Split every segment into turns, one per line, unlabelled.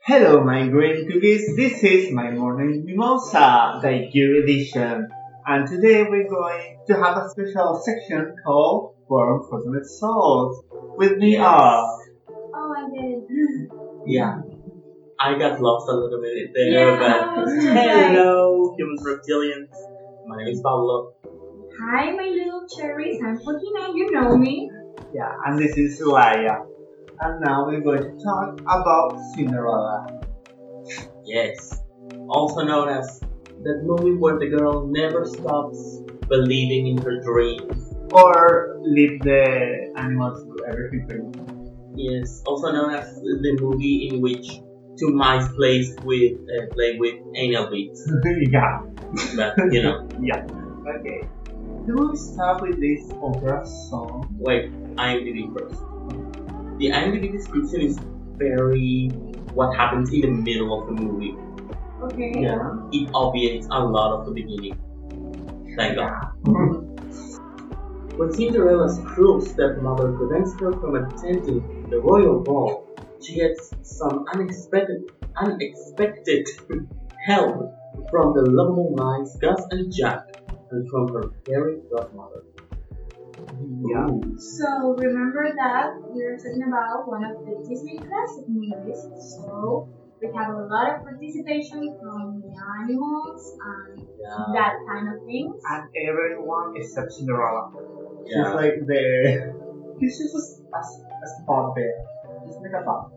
Hello, my green cookies. This is my morning mimosa, the year edition. And today we're going to have a special section called Warm Fortunate Souls. With me are,
Oh, I did.
yeah, I got lost a little bit
Yeah,
there,
I was
but
just
hello, humans, reptilians. My name is Pablo.
Hi, my little cherries. I'm 49. You know me.
Yeah, and this is Laia. And now we're going to talk about Cinderella.
Yes, also known as that movie where the girl never stops believing in her dreams.
Or leave the animals do everything for you.
Yes, also known as the movie in which two mice plays with uh, play with anal beads.
yeah.
But you know,
Okay. So we'll start with this opera song.
wait, IMDb first. The IMDb description is very what happens in the middle of the movie.
Okay.
It obviates a lot of the beginning. Thank God. When Cinderella's cruel stepmother prevents her from attending the royal ball, she gets some unexpected, unexpected help from the lovable mice Gus and Jack, and from her fairy godmother.
yeah.
So remember that we're talking about one of the Disney classic movies. So we have a lot of participation from the animals and
Uh,
Yeah,
that kind of things.
And everyone except Cinderella. She's
yeah.
like the. She's just a, s- a s- a spot there. Just like a spot.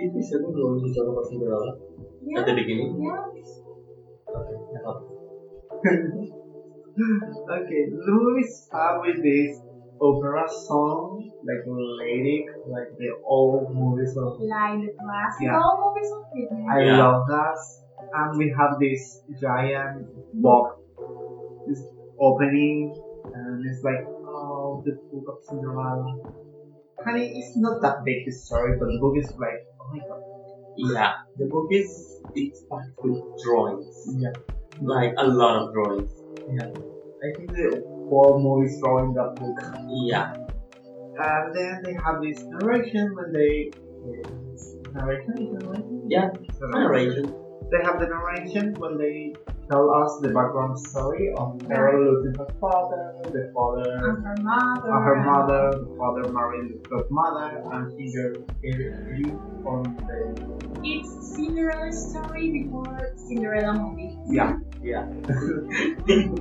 Did we say we were going to talk about Cinderella
Yeah.
at the beginning?
Yeah.
Okay, I thought-
Okay, the movie start with this opera song, like lyric, like the old movies of
Like the classical
Yeah.
movies of Disney.
I
Yeah.
love that. And we have this giant box, this opening, and it's like, oh, the book of Cinderella. Honey, it's not that big, this story, but the book is like, oh my god.
Yeah, the book is it's packed with drawings,
Yeah,
like a lot of drawings.
I think the whole movie is drawing that book.
Yeah,
And then they have this narration when they. uh, Narration? Is it narration?
yeah,
It's a
narration.
They have the narration when they tell us the background story of Carol losing her father, the father.
And her mother.
Uh, her mother, the father married the third mother, and she just lived on the
It's Cinderella's story before Cinderella movie.
yeah
Yeah,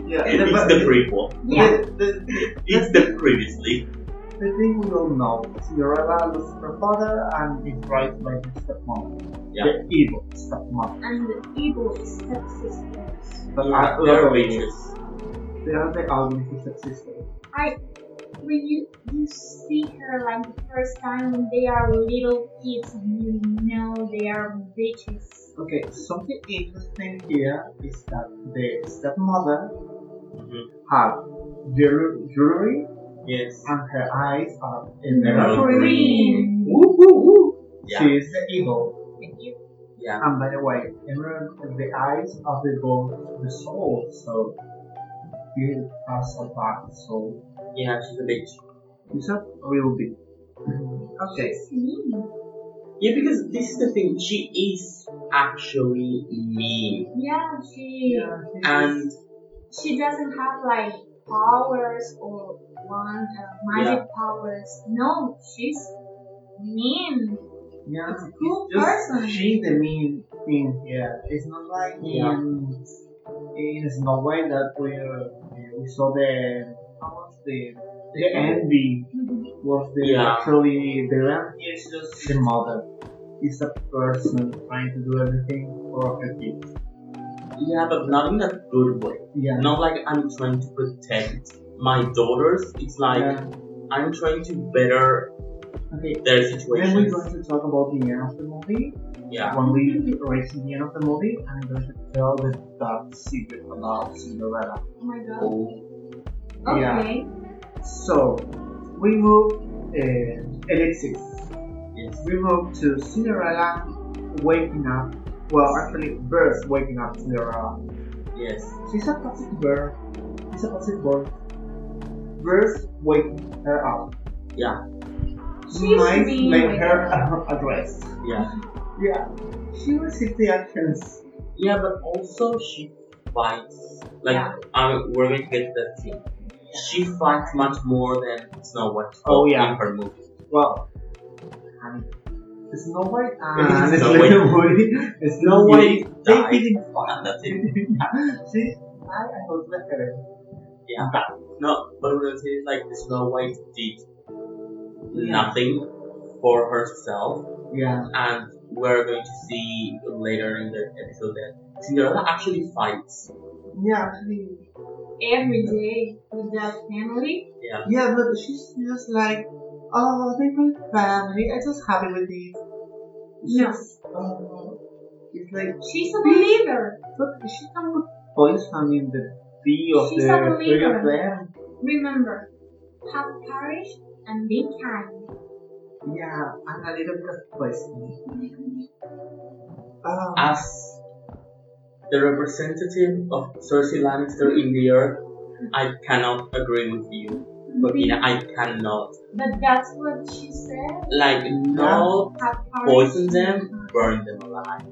yeah.
it's
but-
the prequel.
Yeah.
The, the,
It's the previously.
the thing we all know, Cinderella loses her father and is raised by her stepmother,
Yeah.
the evil stepmother.
And the evil stepsisters.
But
Yeah,
I-
they're
I-
witches.
They are the ugly stepsister.
I when you you see her like the first time when they are little kids and you know they are bitches.
Okay, something interesting here is that the stepmother
Mhm.
had jewelry, jewelry
Yes.
and her eyes are
Emerald
emerald
green.
Woo, woo, woo.
Yeah.
She is the evil.
And you-
Yeah.
And by the way, Emerald is the eyes of the gold, the soul, so you has a bad soul.
Yeah, she's a bitch.
It's not a real bit. Okay.
It's mean.
Yeah, because this is the thing. She is actually mean,
Yeah, she
and
she doesn't have like powers or one uh, magic powers. No, she's mean.
yeah,
It's a cool
just
person.
she the mean thing here. It's not like
Yeah.
in, in Snow White that we uh, we saw the how was the the envy
Oh
was the
Yeah.
actually the lamb here is just the mother. It's a person trying to do everything for her kids.
yeah, but not in a good way.
Yeah.
Not like I'm trying to protect my daughters. It's like
Yeah.
I'm trying to better
Okay.
their
Then we're
situations.
going to talk about the end of the movie.
Yeah.
When we reach the end of the movie, I'm going to tell the dark secret about Cinderella.
Oh my god.
Oh,
Yeah.
Okay.
So, we move uh, Alexis.
yes.
We move to Cinderella waking up. Well, actually, birth waking up Cinderella.
Yes.
She's a toxic bird. She's a toxic bird. Birth waking her up.
Yeah.
She's
might
being
make
like
her
that.
a dress.
Yeah.
Yeah, she will take the actions.
Yeah, but also she fights. Like,
Yeah.
I mean, we're going to get to that scene. She fights much more than Snow White.
Oh, yeah.
In her movie.
Well, and Snow White ah, and
It's Snow
Little Woody. Snow White, they
died.
didn't
And that's it.
See, I, I don't like uh, her.
Yeah. No, but what I'm saying is like Snow White did nothing for herself,
Yeah.
and we're going to see later in the episode that Cinderella actually fights.
Yeah, actually.
every day with that family.
Yeah.
Yeah, but she's just like, oh, they're my family. I'm just happy with these.
No.
She's, oh, it's like,
She's a believer.
but she can poison I mean, the bee of
She's
the
not a
three of
leader.
them.
Remember, have courage and be kind.
Yeah, and a little bit of poison. Oh,
As the representative of Cersei Lannister in the Earth, I cannot agree with you, Bobina. I cannot.
But that's what she said.
Like, not
Have courage.
poison them, burn them alive.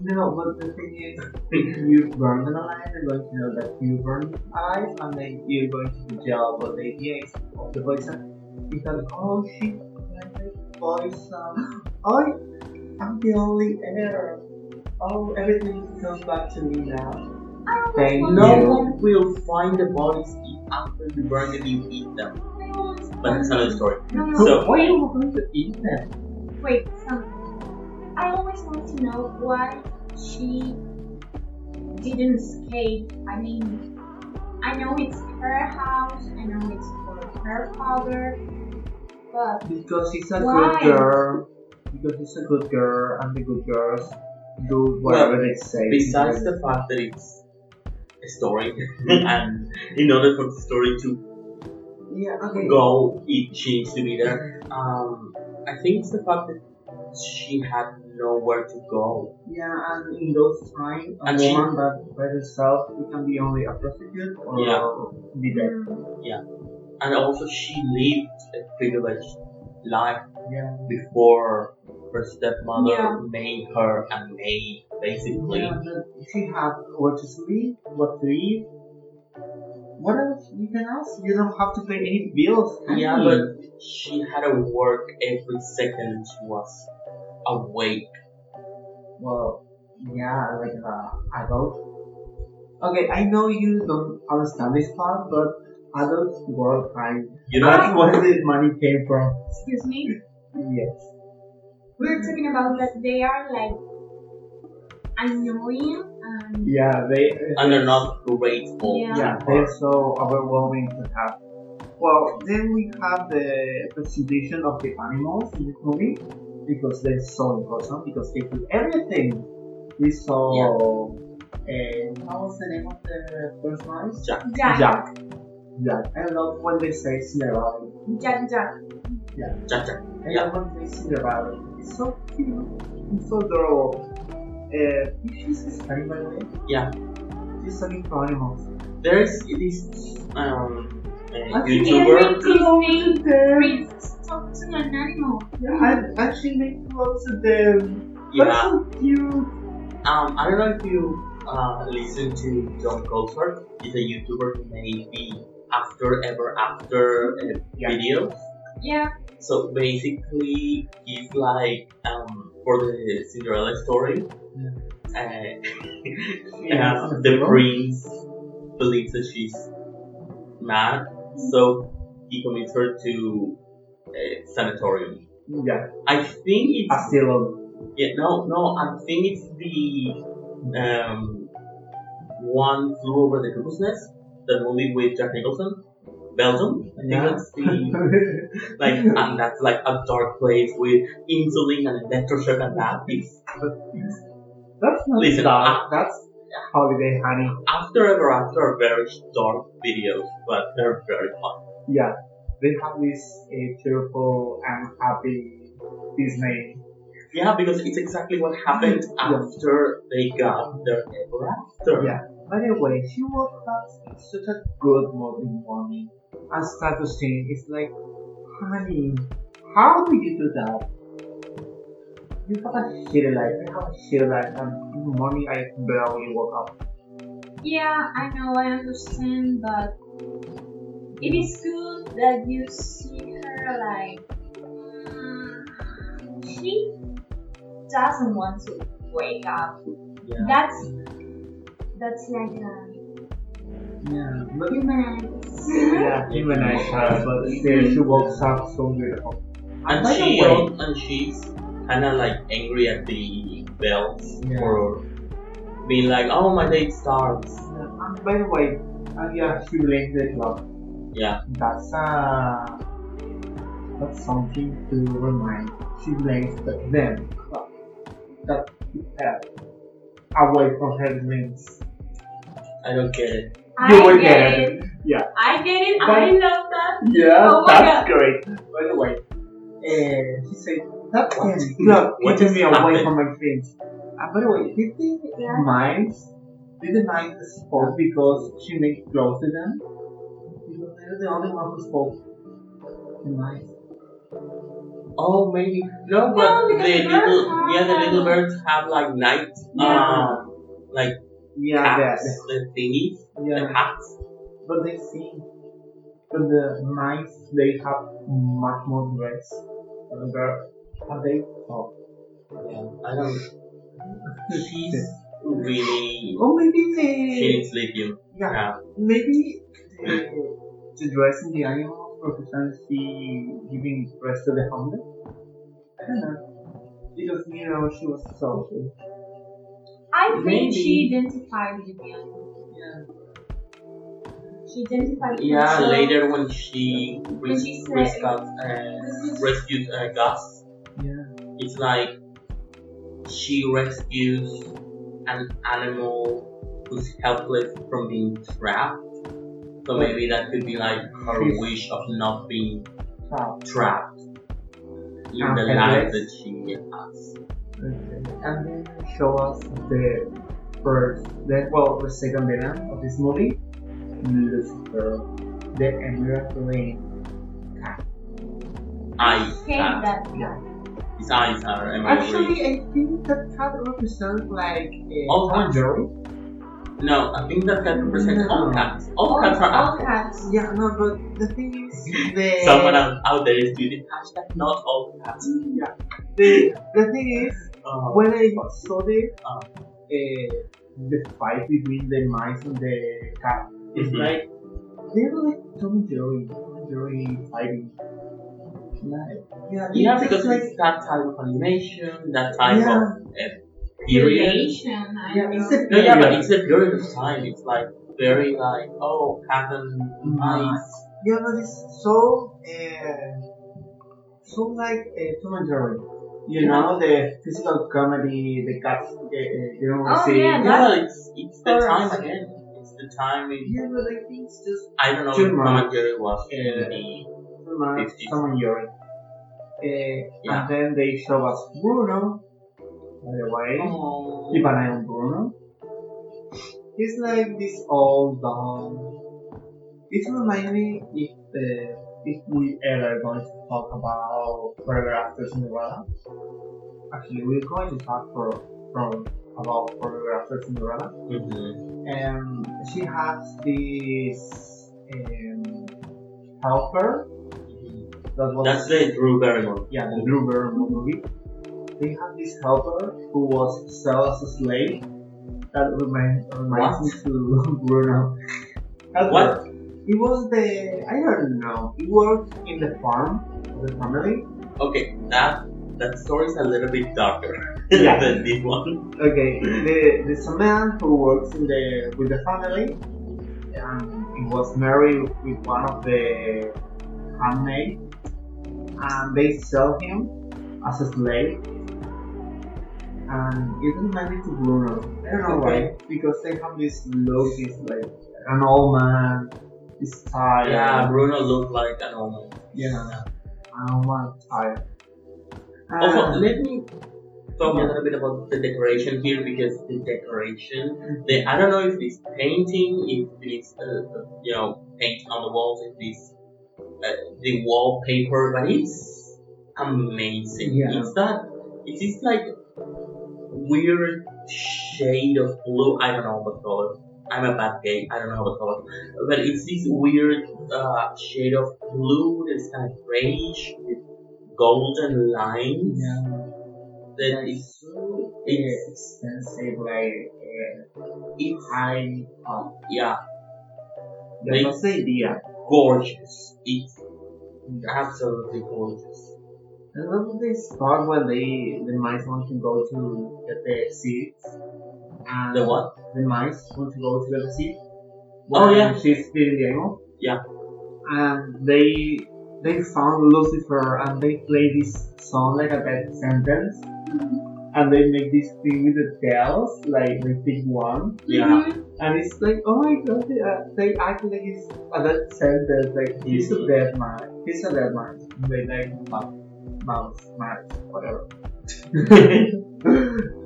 no, but the thing is, if you burn them alive, they're going to know that you burned them alive, and then you're going to be jail. But the idea is of the poison, because, oh, she planted poison. Oh, I'm the only heir. Oh, everything comes back to me now.
I always
Thank
wanted
No
Yeah.
one will find the bodies e- after you burn them, you eat them.
them. I always
But that's another
wanted-
story.
No, no,
So-
why are you going to eat them?
wait, something. I always want to know why she didn't escape. I mean, I know it's her house, I know it's for her father, but
Because she's a
Why?
good girl. Because she's a good girl, and the good girls do whatever
Well,
they say.
Besides the fact that it's a story, and in order for the story to
yeah, okay.
go, it she needs to be there. Um, I think it's the fact that she had nowhere to go.
Yeah, and in those times, a
And she-
woman that by herself it can be only a prostitute or be dead.
mm,
And also, she lived a privileged life
Yeah.
before her stepmother
Yeah.
made her a maid, basically.
yeah but she had where to sleep, what to eat. What else? You can ask. You don't have to pay any bills. can
Yeah,
you?
but she had to work every second she was awake.
Well, yeah, like an uh, adult. Okay, I know you don't understand this part, but adults work hard.
You know,
That's where this money came from.
excuse me.
Yes.
We're talking about that they are like annoying and
Yeah, they.
and they're not grateful.
Yeah.
Yeah, they're so overwhelming to have. Well, then we have the presentation of the animals in this movie because they're so important because they do everything. We saw. Uh, what was the name of the first one?
Jack.
Jack, Jack,
Jack. Jack. I love when they say Cinderella.
Jack.
Jack, Jack.
I
Yeah.
love when they say Cinderella. It's so cute. It's so adorable. Uh, she's Hispanic, by the way.
Yeah.
She's studying for animals.
There's this um uh,
Okay.
YouTuber.
Disney
Them.
brings talk to an animal.
I actually make clothes of them. That's
Yeah.
so cute.
Um, I don't know if you uh, listen to John Colthart. He's a YouTuber who made the After Ever After uh,
Yeah.
video.
Yeah,
So basically, he's like um, for the Cinderella story. Uh,
Yeah.
And the prince believes that she's mad, so he commits her to a sanatorium.
Yeah.
I think it's
Ah, Asylum.
yeah, no, no. I think it's the um one flew over the cuckoo's nest, the movie with Jack Nicholson, Belgium. I think
Yeah.
that's the like, and that's like a dark place with insulin and electroshock and that. It's
That's not
Listen,
dark.
I-
That's holiday honey.
after ever after are very dark videos, but they're very fun.
Yeah. They have this uh, cheerful and happy Disney.
Yeah, because it's exactly what happened
Yeah.
after they got their ever after.
Yeah. By the way, she woke up in such a good morning morning and started to sing. It's like, honey, How do you do that? You have a shitty life. I have a shitty life, and in the morning I barely woke up.
Yeah, I know, I understand, but it is good that you see her like mm, she doesn't want to wake up.
Yeah.
That's that's like a
yeah. But
human.
Yeah, even I her, but still she wakes up so beautiful.
and
By the
she
way-
al- and she's kind of like angry at the bells
Yeah.
for being like, oh my date starts.
Yeah, And by the way, uh, yeah, she blames the club.
Yeah,
That's uh, that's something to remind. She blames the them club. That uh, away from her means.
I don't get it.
You
I
will
get
get
it.
Yeah.
I get it.
But-
I love that.
Yeah,
Oh my
that's great. By the way, uh, he said that one. No,
What
keeping
is
me away
happening?
from my dreams. And Uh, by the way, did they
Yeah.
mind? Did they mind the spoke because she made close to them? Because they're the only one who spoke. The mind.
Oh, maybe no,
No,
but
because
the
the
little
birds
yeah, the
have-
little birds have like night,
Yeah.
uh, like
Yeah,
hats,
that.
the thingies, the
Yeah,
hats.
but they sing. But the mice, they have much more breath. And they're- and they Oh. talk.
Yeah, I don't. She's really
Or maybe
she
they.
needs lithium.
Yeah,
Yeah.
Maybe the, the dressing the animals represents the giving breast to the humble. I don't know. Because you know she was social.
I think
Maybe.
she identified with me.
Yeah.
She identified
Yeah,
herself.
later when she res-
she said-
rescues, uh, rescues uh, Gus,
Yeah.
it's like she rescues an animal who's helpless from being trapped. So maybe that could be like her
She's-
wish of not being
Wow.
trapped in
Ah, And
the
her legs.
life that she has.
Okay. And then show us the first, the well, the second villain of this movie, Lucifer, the Emerald Lane.
I
Eyes,
hate
uh,
that.
Yeah.
his eyes are emerald.
Actually, I think that cat represents like uh, a
Oh,
kangaroo.
No, I think that can represent
No.
all cats. All cats are
all
assholes.
cats.
Yeah, no, but the thing is, the
Someone out, out there is doing it. Hashtag not all cats.
Yeah. The, the thing is,
Uh,
when I saw this,
Uh.
uh, the fight between the mice and the cat, it's
Mhm.
like they were like Tom and Jerry, Tom and Jerry fighting. Like, yeah,
yeah,
it's
because
like
it's that type of animation, that type
Yeah.
of uh, period.
Relation, I
Yeah,
don't
it's
know.
a-
No, yeah, but
Yeah.
it's a period of time. It's like very like oh, cat and mice.
yeah, but it's so uh, so like uh, Tom and Jerry. You know the physical comedy, the cats, uh, uh, you know,
Oh,
see.
yeah, that-
Yeah, it's it's the
Or-
time again. It's the time. In,
yeah, but I think it's just
I don't know
Too
if Tom
much.
and Jerry was in
Yeah.
the
someone,
Fifties.
someone urine. Uh,
Yeah.
And then they show us Bruno. By the way,
oh,
keep an eye on Bruno. He's like this old dog. It reminds me if uh, if we ever going to talk about Forever After Cinderella. Actually, we're going to talk for from about Forever After Cinderella.
mhm.
Um, she has this um, helper that was
That's the Drew Barrymore.
yeah, the Blue Bear movie. They have this helper who was sold as a slave. That remind, reminds me to Bruno. Helper.
What?
He was the I don't know. He worked in the farm of the family.
Okay, that that story's a little bit darker
Yeah.
than this one.
Okay, the, there's a man who works in the with the family, and he was married with one of the handmaid, and they sell him as a slave. And it reminds me to Bruno. I don't know why,
Okay.
because they have this look, is like an old man, this tired,
Yeah, Bruno looked like an old man.
yeah, an old man tired. And-
Also, Uh, let me Oh, talk a
Yeah.
little bit about the decoration here because the decoration, the I don't know if it's painting, if it's uh, you know paint on the walls, if it's uh, the wallpaper, but it's amazing.
Yeah.
It's that it is like weird shade of blue. I don't know the color. I'm a bad gay. I don't know the color, but it's this weird uh, shade of blue that's kind of grayish with golden lines. That is so
It's
it's
expensive, like uh,
it's
high up.
yeah
That was the idea.
gorgeous. It's absolutely gorgeous.
I love this spot where they the mice want to go to get their seats. And
The what?
The mice want to go to get a seat.
Oh, yeah.
She's feeding the animal.
Yeah.
And they they found Lucifer and they play this song like a bad sentence.
Mm-hmm.
And they make this thing with the tails, like the big one.
Yeah.
And it's like, oh my god, they, uh, they act like it's a dead sentence, like he's a dead man, he's a dead man. They like mouse, mouse, mouse, whatever.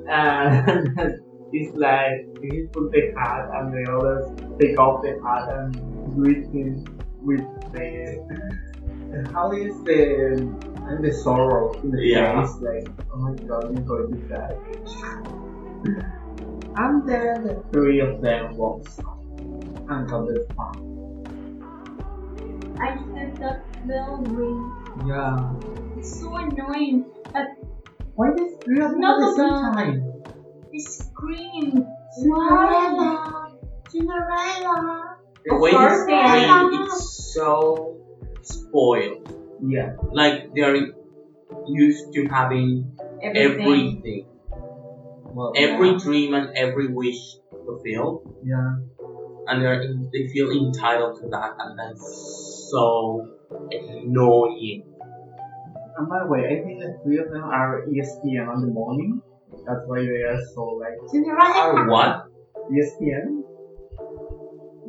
and it's like he put the hat and the others take off the hat and greet him with the how is the and the sorrow in the
Yeah.
face, like oh my god, I'm going to die. And then the three of them walks up and got the farm.
I heard that bell ring.
Yeah.
It's so annoying.
Why the three of them
No,
at the same
but-
time?
The scream.
Cinderella,
Cinderella.
The way
course
it's
they played,
played, it's so spoiled.
Yeah.
like they're used to having
Everything.
everything,
Well,
every dream and every wish fulfilled,
yeah.
and they're in, they feel entitled to that, and that's so annoying.
And by the way, I think the three of them are E ESPN on the morning. That's why they are so like E
Or what?
ESPN.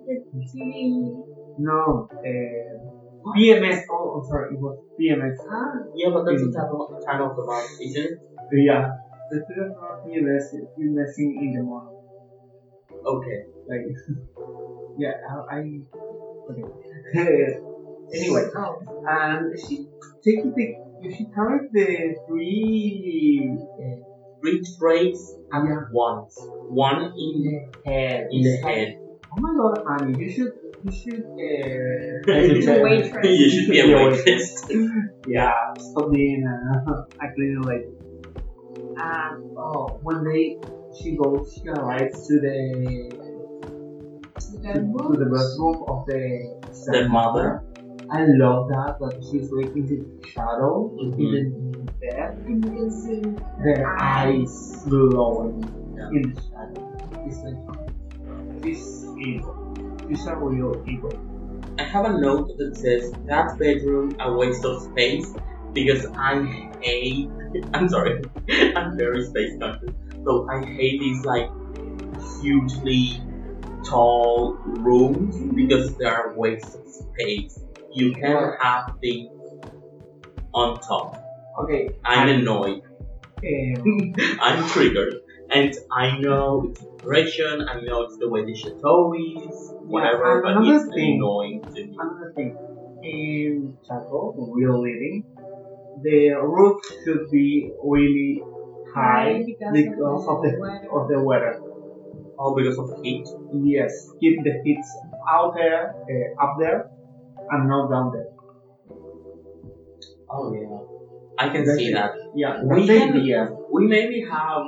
The TV.
No, uh, PMS. Oh, I'm sorry, it was PMS.
Ah,
Yeah, but that's the
Mm.
title, title of the month, isn't it?
Yeah, the three of them are PMS, PMSing in the morning.
Okay.
Like, yeah, I. I okay. anyway, and she takes the. She carries the three. Uh,
Three traits
yeah.
once. One in
Head.
in the head.
Oh my god, honey, you should. You should. Uh,
She's a waitress.
you should be a waitress.
Yeah, stop being uh, actually like. And oh, when they she goes, she arrives to the to, to the bathroom of the
The mother.
I love that that she's like in the shadow,
Mhm.
even there,
And you can see
their
eyes.
eyes glowing
Yeah.
in the shadow. It's like this evil. She's a real evil.
I have a note that says that bedroom a waste of space because I hate. I'm sorry, I'm very space conscious, so I hate these like hugely tall rooms because they are a waste of space. You can have things on top.
Okay,
I'm annoyed.
um,
I'm triggered, and I know it's depression. I know it's the way the chateau is,
and
whatever. but it's
another thing-
annoying to me.
another thing. In Chaco, real living, the roof should be really
high
high because uh, of the
weather.
of the weather.
All because of heat.
Yes, keep the kids out there, uh, up there, and not down there.
Oh yeah, I can
That's
see
it.
that.
Yeah,
We
that's the
can-
idea.
We maybe have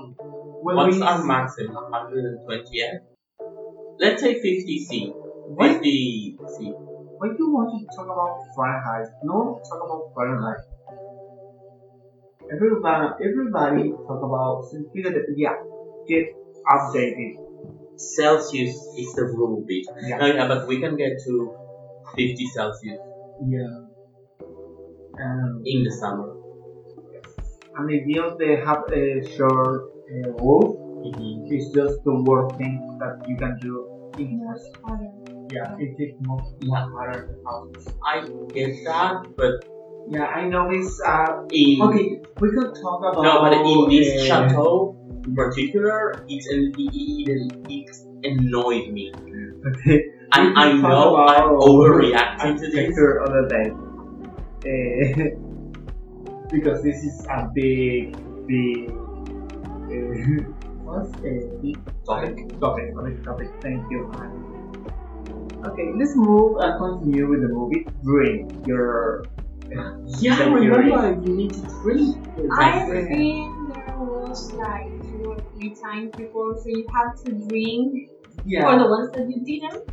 When
what's
we,
our maximum? 120 yeah? Let's say 50 C.
Why,
50 C.
why do you want to talk about Fahrenheit? No, talk about Fahrenheit. Everybody, everybody talk about centigrade. Yeah, get updated.
Celsius is the rule bit.
Yeah.
No, yeah, but we can get to 50 Celsius
Yeah. Um,
in the summer.
and if you they have a short uh, roof,
Mhm.
it's just the worst thing that you can do in
Much hotter.
Yeah, it is most
Yeah.
modern houses.
I get that, but
Yeah, I know it's uh
in
okay. We could talk about
Mm. no, but in this
uh,
chateau in particular, it's an, it, it, it annoyed me,
We
and
can
I
talk
know
about-
I'm overreacting to this.
architecture of the day. Uh, Eh, because this is a big, big. Uh, what's a big
Topic.
Topic, topic, topic. Thank you. Okay, let's move and continue with the movie. Drink your.
Yeah,
Thank you,
remember you need to drink.
I
Exactly.
think there was like two or three times before, so you have to drink for
Yeah.
the ones that you didn't.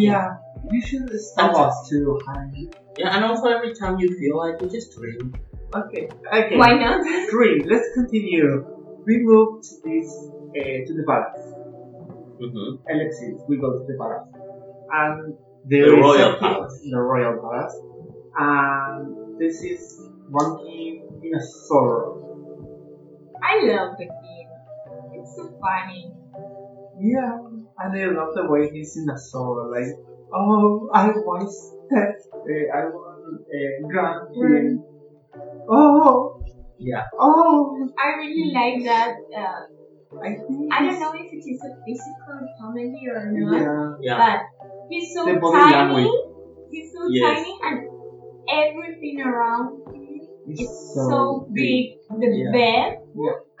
Yeah. You should stop us too, honey.
Yeah, and also every time you feel like it, just drink.
Okay. Okay.
Why not?
Three. Let's continue. We move to this uh, to the palace.
Mm-hmm.
Alexis, we go to the palace. And
The
there is a
royal
king,
palace.
The royal palace. And this is one king in a sorrow.
I love the kid. It's so funny.
Yeah. And I love the way he's in a sorrow. Like, oh, I was dead. Uh, I was a grand king. Oh,
Yeah.
oh.
I really like that. Uh,
I think.
I don't know if it is a physical comedy or not,
Yeah.
Yeah.
but he's so
The body
tiny.
language.
He's so
Yes.
tiny, and everything around him is
It's
so, big. The
Yeah.
bed.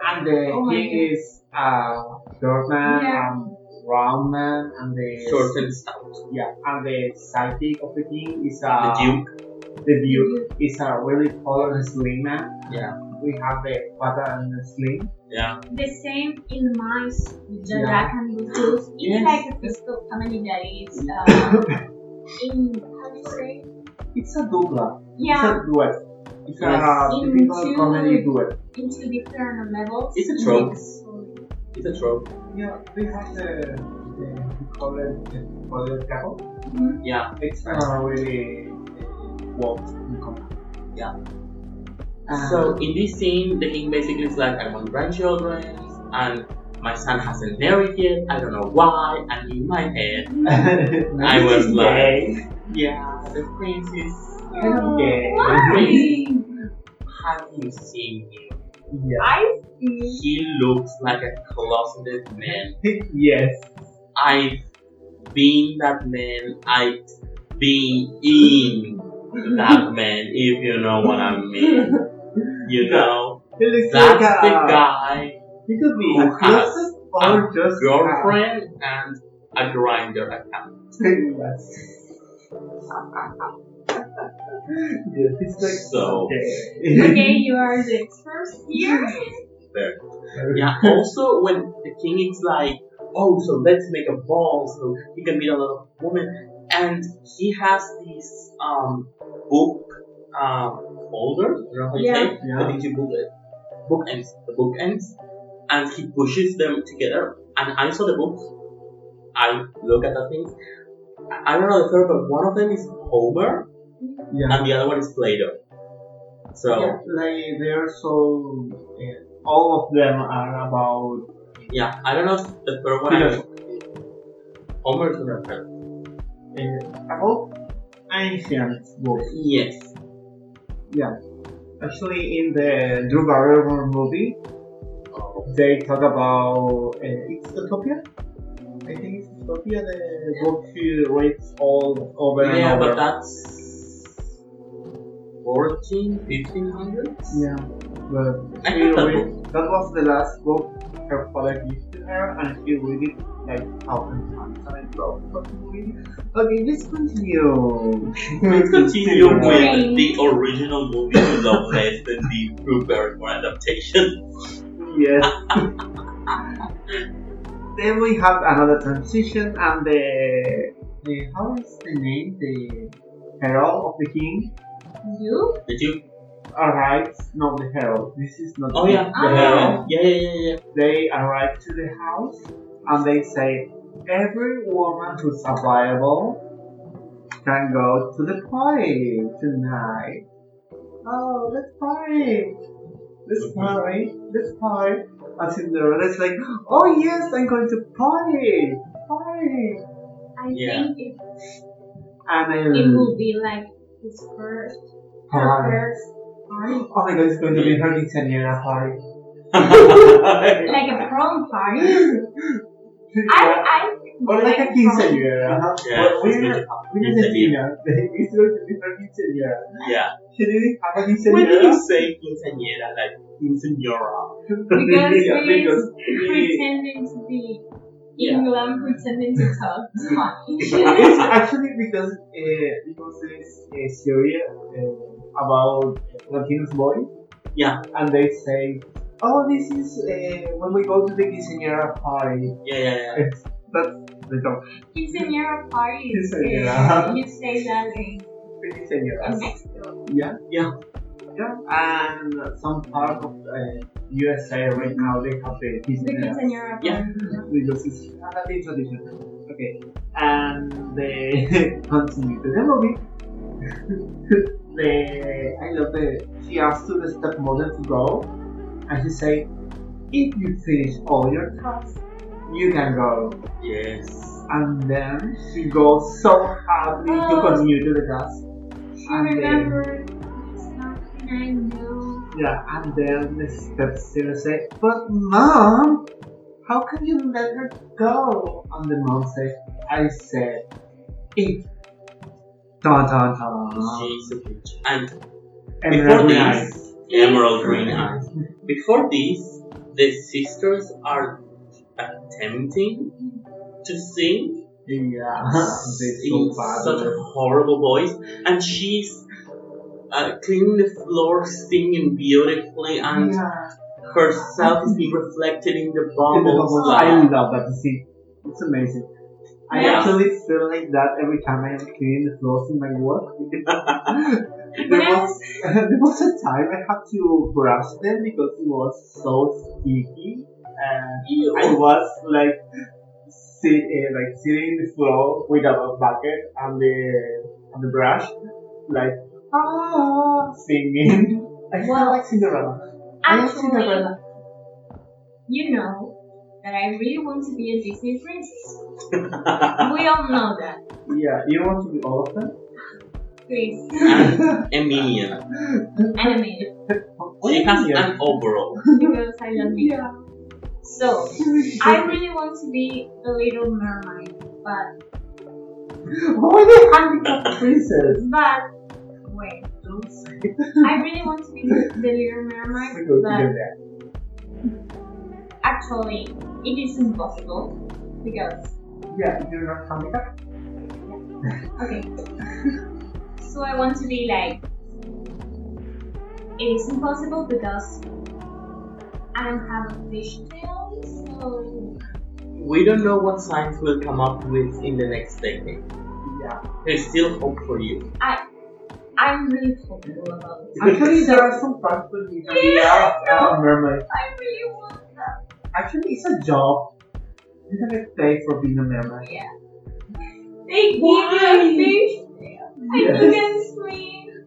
And the
Oh my
king is uh, short man
Yeah.
and round man, and the
Short and stout.
yeah, and the sidekick of the king is uh,
the Duke.
The duke is a really tall and slim man.
Yeah.
We have the father and the slim.
Yeah.
The same in mice, the
Yeah.
Jack and the Goose. It's
Yes.
like a physical comedy that is uh, in how do you say?
It's a dupla.
Yeah,
It's a duet. It's
Yes.
a uh, typical
Into-
comedy duet.
into different levels.
It's a trope.
So-
It's a trope.
Yeah, we have the, the we call it the color couple.
Mhm.
Yeah.
It's a really uh, walk in common.
Yeah.
Um,
so in this scene, the king basically is like, I want grandchildren, and my son hasn't married yet. I don't know why. And in my head, I was like- yeah, the prince is
Okay.
Why?
having seen him.
yeah.
I see.
He looks like a closeted man.
yes.
I've been that man. I've been in that man, if you know what I mean. You know,
He looks
that's
like
the
a-
guy,
He could be
who
a closet or just
girlfriend, and a grinder account.
yes. yes, it's like
So-
okay.
Okay, you are the first here.
Yeah, also when the king is like, oh, so let's make a ball so he can meet a lot of women, and he has this um book um folder, you know how you
Yeah.
say,
Yeah.
I think you book it. Book ends. The book ends, and he pushes them together. And I saw the books. I look at the things. I I don't know the third, but one of them is Homer,
Yeah.
and the other one is Plato.
yeah.
So
Like they're so uh, all of them are about
yeah, I don't know if the third one. I
Philosophy.
Homer is not third.
uh, about ancient books.
Yes.
Yeah. Actually, in the Drew Barrymore movie,
Oh.
they talk about uh, it's Utopia. I think it's Utopia. The book she reads all over
Yeah,
and over.
but that's 14, 1500?
Yeah, but
I
she
thought that
read, that was the last book her father gave to her, and she read it like thousand times, and I love that movie. Okay, let's continue.
Let's continue with
Right.
the original movie we love less than the Drew Barrymore adaptation.
Yes. then we have another transition, and the, the how is the name? The herald of the king
You?
Did you?
arrives. No, the herald. This is not.
Oh
the-
yeah,
the
Ah.
herald.
yeah, yeah, yeah, yeah.
they arrive to the house and they say every woman who's available can go to the party tonight. Oh, let's party! Let's party! Let's party! And Cinderella's like, oh yes, I'm going to party! Party!
I
Yeah.
think it,
And I
it will be like his first, her
party.
first party.
Oh my god, it's going to be her quinceañera party.
Like a prom party. I, I
or like a
prom.
quinceañera.
Yeah,
Uh-huh. But
it's
we're
really-
Which is a
Little year.
female. We still prefer quinceanera.
Yeah.
Should we have a
When you
quinceanera?
say quinceanera, like quinceanera.
Because
Yeah,
we
because we-
pretending to be
Yeah.
England, pretending to talk Thai.
It's actually because uh, because it's a series uh, about Latinos boy.
Yeah.
And they say, oh, this is uh, when we go to the quinceanera party.
Yeah, yeah, yeah.
It's- That's the joke.
Quinceañera party. is, uh,
Quinceañera.
You say that in, in
Quinceañeras.
Mexico.
Yeah.
Yeah.
Yeah. And some part of uh, USA right now they have the
The
quinceañeras.
quinceañera
Yeah.
party.
because it's a big tradition. Okay, and they continue to the movie. the I love the she asks to the stepmother to go, and she say, if you finish all your tasks, you can go.
Yes.
And then she goes so happily to
Oh.
continue to the task.
She
And then-
remembered something I know.
Yeah, and then the stepsister say, but mom, how can you let her go? And the mom says, I said, if. Dun dun dun.
She's a bitch. And
Emerald
Before
Green
this-
Eyes.
emerald green eyes. Before this, the sisters are attempting to sing
Yeah,
Uh-huh.
they
in
so bad.
such a horrible voice, and she's uh, cleaning the floor, singing beautifully, and
yeah.
herself is being reflected in the
In the
bubbles.
bubbles. I love that scene. It's amazing. I
Yeah.
actually feel like that every time I am cleaning the floors in my work.
But
there
I
was
was
Uh, there was a time I had to brush them because it was so sticky, and
Ew.
I was like, sit, uh, like sitting in the floor with a bucket and the and the brush, like ah, singing. I felt like Cinderella. I was
actually,
Cinderella.
you know, that I really want to be a Disney princess. we all know that.
Yeah, you want to be all of them?
Please,
and a minion.
animated
She has
Yeah.
an overall.
because I love you.
Yeah.
So, I really want to be the Little Mermaid, but
Why the handicapped princess?
but wait, don't say. I really want to be the, the Little Mermaid,
Because
but
you're there.
actually it is impossible because
Yeah, you're not handicapped.
okay so i want to be like it is impossible because i don't have a fish tail so
We don't know what science will come up with in the next decade.
Yeah.
There's still hope for you.
i'm really hopeful about it
Actually, there are some parts where you can be
Yeah,
a- a mermaid.
i really want that
Actually, it's a job. You can get paid for being a member.
they give
Why?
me a fish tail i
Yes.
couldn't swim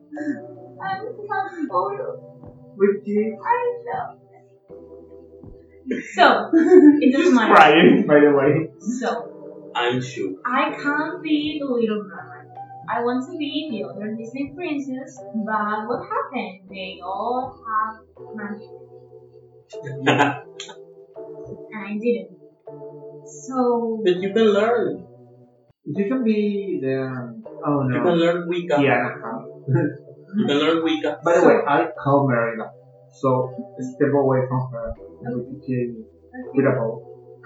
i'm not bored
With you
i love it so it doesn't matter
crying, by the way.
so
I'm sure.
I can't be the little mermaid. I want to be the other Disney princess, but what happened? They all have money and I didn't. So
But you can learn.
You can be the. Oh
You can
no.
learn Wicca.
Yeah. no.
You can learn Wicca.
By the way, I call Marina, so step away from her. And we can kill you with a hole.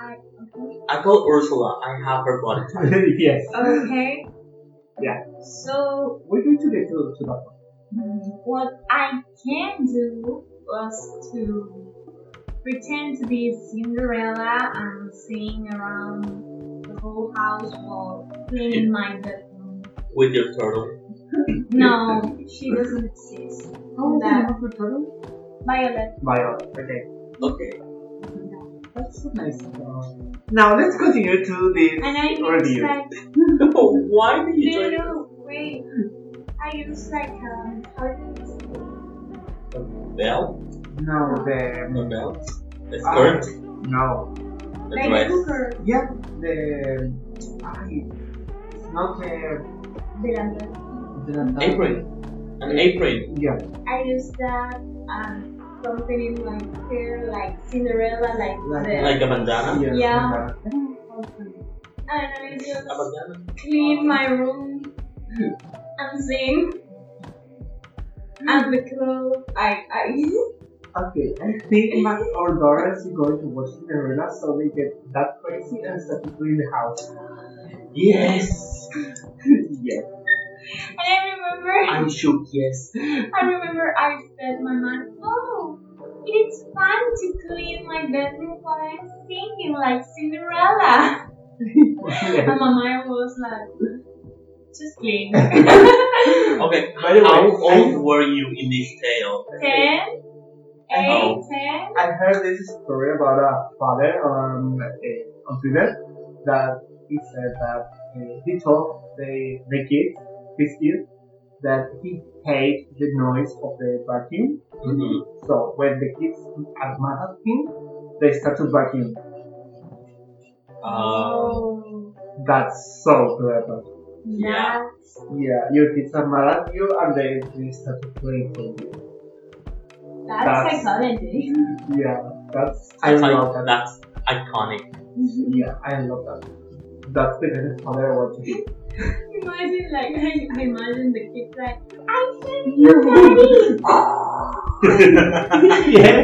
I okay.
I call Ursula. I have her body type.
yes.
okay.
Yeah.
So
We need to get to, to that one.
what I can do was to pretend to be Cinderella and sing around the whole house while cleaning my bedroom.
with your turtle.
No, she doesn't exist.
Oh, you
That-
have to turn?
Violet.
Violet. Okay.
Okay.
That's so nice. Uh, Now let's continue to this
And I use
review.
like
Why did you
no
join?
no wait. I use like um targets.
Bell?
No, the.
No bell? The
Ah.
skirt?
No.
The
Like
dress?
hooker
Yeah, the I it's not a
veranda.
the-
Apron. An apron.
Yeah,
I use that um something in my hair like Cinderella like
Like-
the
Like a bandana?
yeah.
Yeah.
yeah.
and I
A
just
bandana?
clean my room I'm saying. And the clothes, I, I,
Okay, I think Max or Doris is going to watch Cinderella so they get that crazy and start to clean the house.
Yes!
yes.
and I remember,
I'm shook, yes.
I remember I said, my mom, oh, it's fun to clean my bedroom while I'm singing like Cinderella.
yes.
And my mom was like, just clean.
Okay,
By the way, I-
how old were you in this tale?
Ten, eight,
Oh.
ten.
I heard this story about a father on uh, on Twitter that he said that uh, he told the the kids, his kids, that he hates the noise of the vacuum. Mm-hmm.
Mhm.
So when the kids are mad at him, they start to vacuum.
Uh,
oh,
That's so clever.
yeah.
Yeah, your kids are mad at you and they, they start to play for you.
That's,
That's-
psychology.
Yeah, that's I
I
love that.
that's iconic.
Yeah, I love that. That's the kind of father I want to be.
Imagine like I, I imagine the kids like I said you
yeah.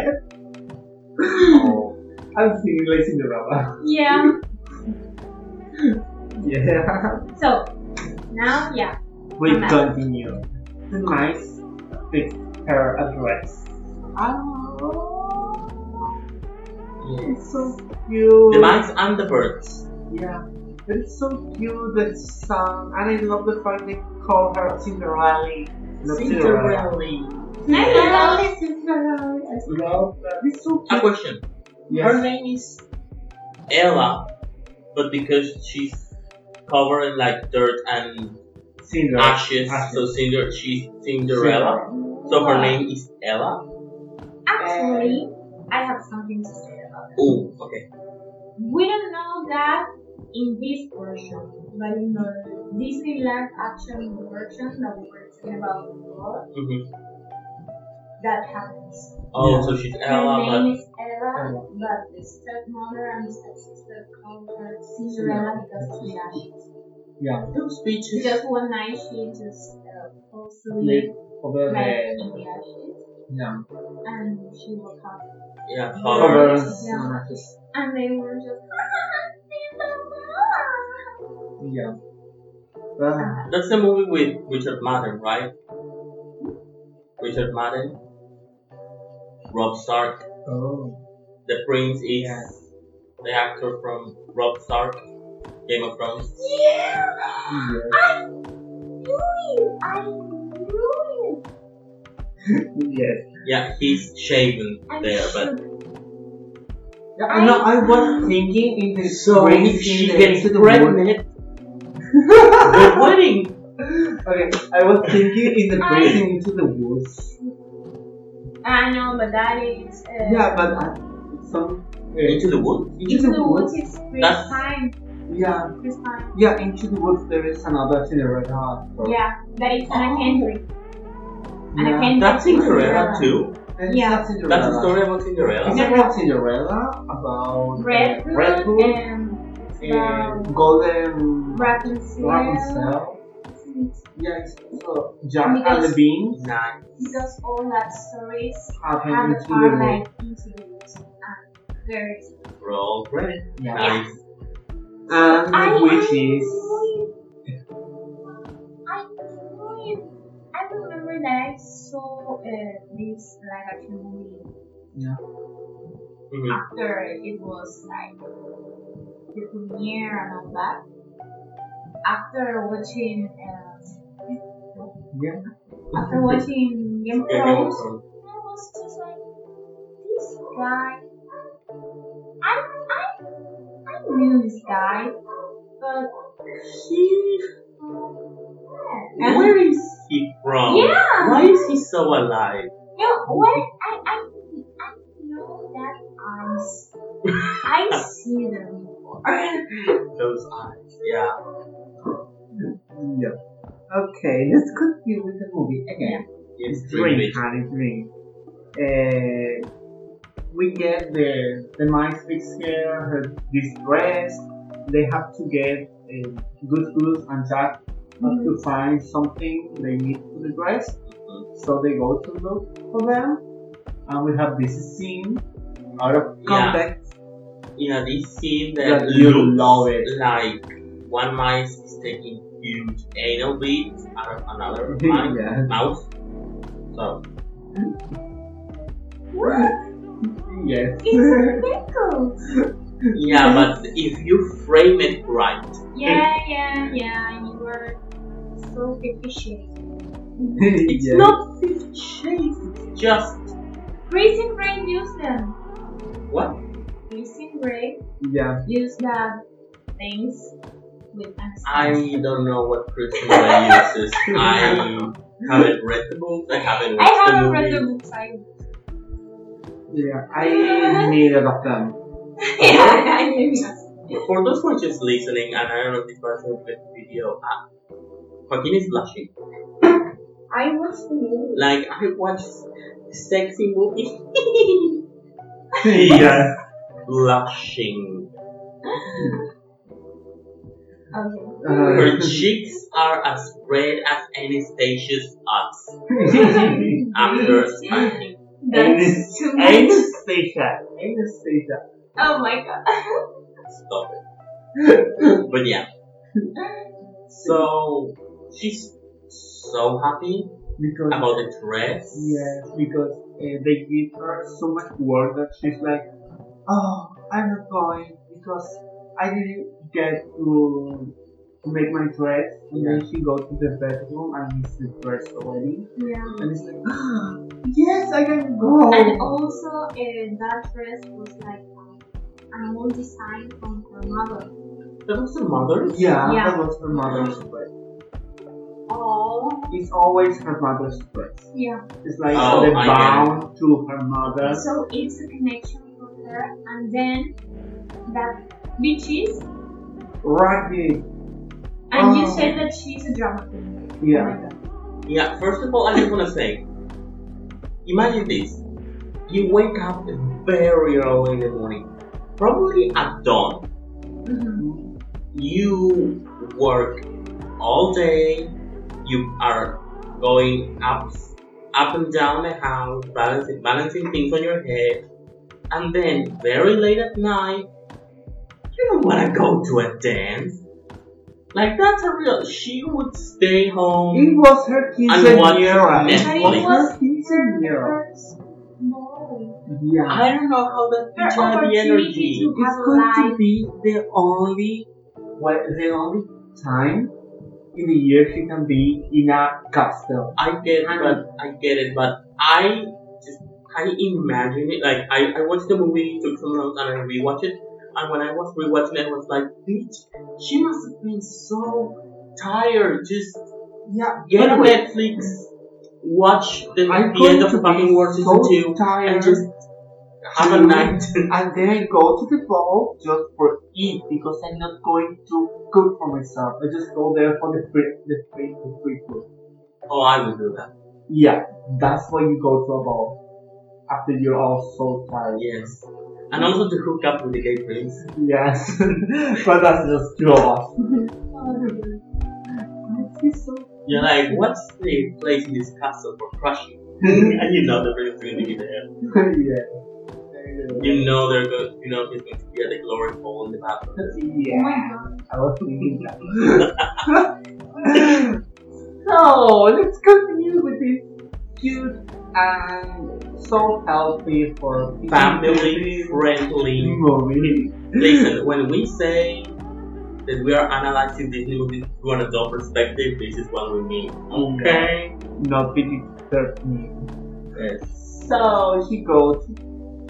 Oh.
I'm singing like Cinderella.
daddy. yeah.
Yeah.
So now yeah.
We
Come back.
continue. The mice fix her address. Oh, It's so cute.
The mice and the birds.
Yeah. It's so cute, the song. And I love the fact they call her Cinderella. Not Cinderella.
Cinderella.
Now
Cinderella, Cinderella. I love that. It's so
A
cute.
question. Her name is Ella, but because she's covered in like dirt and
Cinderella.
ashes,
Ashes.
so Cinder she's Cinderella. So her name is Ella.
Actually, I have something to say about it.
Oh, okay.
We don't know that in this version, but in the Disney live action version that we were talking about before,
hmm
that happens.
Oh,
Yeah.
so she's
Her
Ella,
name is Ella, but the stepmother and stepsister called her Cinderella because she lashes.
Yeah.
but those bitches.
Just one night she just uh, falls
Live
asleep
over
like
the.
in the ashes
Yeah.
and she woke up
Yeah,
Cover.
covered.
Over.
Yeah.
ashes.
and they were just Cinderella.
Yeah. Ah.
That's the movie with Richard Madden, right? Richard Madden, Rob Stark.
Oh.
The prince is
Yeah.
the actor from Rob Stark, Game of Thrones.
Yeah,
Yeah.
I knew it. I knew it.
Yes.
Yeah, he's shaven
I'm
there, but
sure.
Yeah, I know. I was thinking in the
So
brain
if she
scene
gets
to the
pregnant,
wood.
the wedding.
okay, I was thinking in the brain scene into the woods.
I know, but that is. Uh,
Yeah, but uh, some uh,
into the woods.
into
Into
the
the woods
woods.
is free
That's-
time.
Yeah,
Free time.
yeah, into the woods. There is another Cinderella. story.
Yeah, that is Anna
Oh.
Kendrick. Anna
yeah.
Kendrick.
That's Cinderella
Cinderella.
too.
It's
Yeah.
not Cinderella.
That's a story about
It's
Cinderella.
Yeah.
about Cinderella about
Red
uh,
Hood,
Red Hood
and
and
um,
Golden
Rapunzel.
Rapunzel. Yeah, it's so Jack and
Because-
the Beans
Nice.
Because all that stories have
happen
a
into
far
the woods.
like into the woods. And there is.
Roll credit.
Yeah.
Nice.
I
and Um, which
knew
is
it. I knew it. I remember that I saw uh, this live action movie
Mhm.
after it was like the premiere and all that. After watching, um,
yeah.
after watching Game of
Yeah, Game of
Thrones,
Thrones.
I was just like, this guy. I I I knew this guy, but he.
Where is he from?
Yeah.
Why is he so alive?
No, what? I, I, I know that eyes. I see them before.
Those eyes. Yeah.
Yeah. Okay, let's continue with the movie again.
Yes,
Dream,
dream bitch.
honey, dream. Uh, we get the the mice fix here, her distress. They have to get uh, good clues and Jack but
Mm-hmm.
to find something they need to the dress. So they go to look for them, and we have this scene out of
Yeah.
context.
Yeah, this scene
Yeah,
that
you
looks
love it.
like one mice is taking huge anal beads out of another
Yeah.
mi- mouse. So
What?
Yes.
It's pickles.
yeah, but if you frame it right,
Yeah, yeah, yeah. You were so efficient.
it's
Yes.
not Fifty Shades. It's just
Grayson Gray used them.
what?
Grayson Gray
Yeah.
used the things with
I
anesthesia.
don't know what Christian Bale uses. I haven't read the book. I haven't
I
watched the
haven't
movie.
read the books. I
Yeah. I needed a them.
yeah, I knew that.
For those who are just listening, and I don't know if this person will get the video, uh, continue blushing.
I watched the movie.
Like, I watch sexy movies.
Yes.
blushing.
Okay.
Her
Uh,
cheeks are as red as Anastasia's ass after
That's
spanking.
too much.
Anastasia. Anastasia.
Oh my god.
Stop it. But yeah, so she's so happy
Because
about the dress.
Yes, because uh, they give her so much work that she's like, oh, I'm not going because I didn't get to to make my dress. And then she goes to the bedroom and it's the dress already.
yeah.
And it's like, ah, yes, I can go.
And also, uh, that dress was like um, an old design from her mother.
That was her mother's?
yeah,
Yeah.
that was her mother's dress.
Oh,
It's always her mother's dress.
yeah.
It's like
Oh,
the
I get it.
bound to her mother.
So it's a connection for her, and then that bitches.
Right.
And you
Oh.
said that she's a drama queen. Oh
Yeah.
my god.
Yeah, first of all, I just want to say, imagine this. You wake up very early in the morning, probably at dawn.
Mm-hmm.
Mhm.
You work all day. You are going up, up and down the house, balancing, balancing things on your head, and then very late at night, you don't want to go to a dance. Like that's a real. She would stay home.
It was her quinceanera.
Netflix.
It was her quinceanera.
First, no.
Yeah.
I don't know how that
Her
bitch had the
opportunity
energy.
It's
to have a
going to
life.
be the only, well, the only time in the year she can be in a castle.
I get it,
Mm.
but I get it, but I just I imagine it. Like I, I watched the movie, took some notes, and I rewatched it. And when I was rewatching it, I was like, bitch, she must have been so tired. Just
Yeah,
get
but wait,
Netflix, watch the,
I'm
the
going
end of
to
the fucking
be
War season
so
two,
tired.
and just have a
to-
night.
and then go to the ball just for eat because I'm not going to cook for myself. I just go there for the free, the free, the free food.
oh, I would do that.
Yeah, that's why you go to a ball after you're all so tired.
Yes, and also to hook up with the gay prince.
Yes, but that's just two of us.
Oh, dear.
You're like, what's the place in this castle for crushing? and you know the real going to be there.
yeah.
You know they're going. You know he's going to be at the glory hole in the bathroom.
Oh
Yeah.
my god.
I was thinking that. so let's continue with this cute and so healthy for
Family friendly.
movie.
Listen, when we say that we are analyzing Disney movies through an adult perspective, this is what we mean. Okay.
Not PG thirteen.
Yes.
So she goes,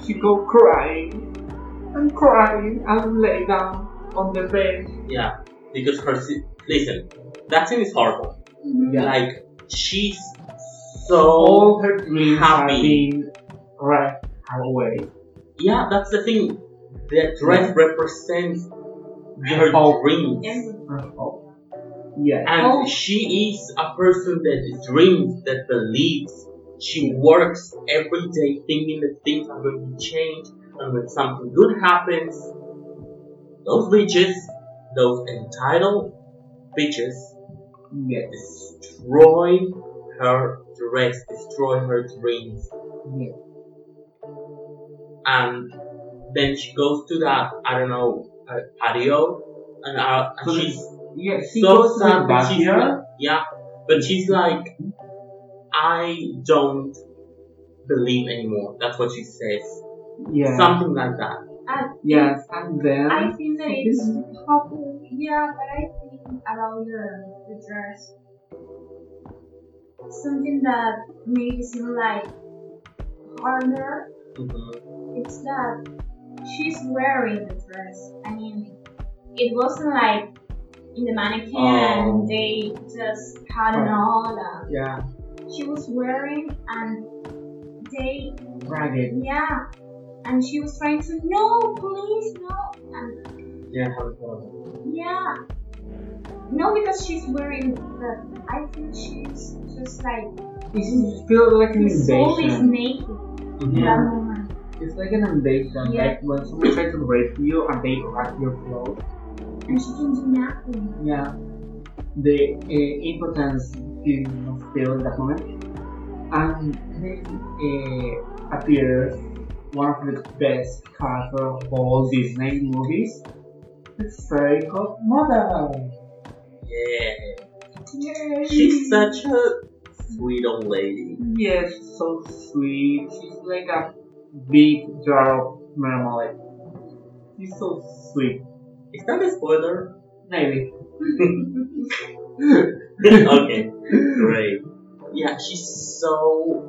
she go crying and crying and lay down on the bed.
Yeah. Because her si- listen, that scene is horrible. Like she's so
All her dreams have
Happy.
been right away.
yeah. That's the thing. The dress represents her
Oh.
dreams.
And
Oh. Yeah.
And
Oh.
she is a person that dreams, that believes. She works every day thinking that things are going to change, and when something good happens, those bitches, those entitled bitches,
Yes.
destroy her dress, destroy her dreams.
Yes.
And then she goes to that, I don't know, uh, patio, and, uh, and
So
she's
Yeah, she
so
goes to
sad
the
that she's
backyard.
like, yeah, but she's like, I don't believe anymore. That's what she says.
Yeah.
Something like that.
yes, and then
I think that it's couple, yeah, but I think about the, the dress. Something that made it seem like harder.
Mhm.
It's that she's wearing the dress. I mean, it wasn't like in the mannequin
Oh.
and they just had an
Right.
all that.
yeah,
She was wearing and they
ragged.
yeah. And she was trying to no please no and
Yeah, how it's horrible.
Yeah. No, because she's wearing the. I think she's just like.
It feels like an
The soul is
invasion.
naked in
Mhm.
that moment.
It's like an invasion.
Yeah.
Like when someone tries to rape you and they grab your clothes.
And she can do nothing.
Yeah. The uh, impotence feeling of feel in that moment. And then uh, appears one of the best characters of all Disney movies. It's very called Mother.
Yeah.
Yay.
She's such a sweet old lady.
Yes, so sweet. She's like a big jar of marmalade. She's so sweet.
Is that a spoiler?
Maybe.
okay, great. Yeah, she's so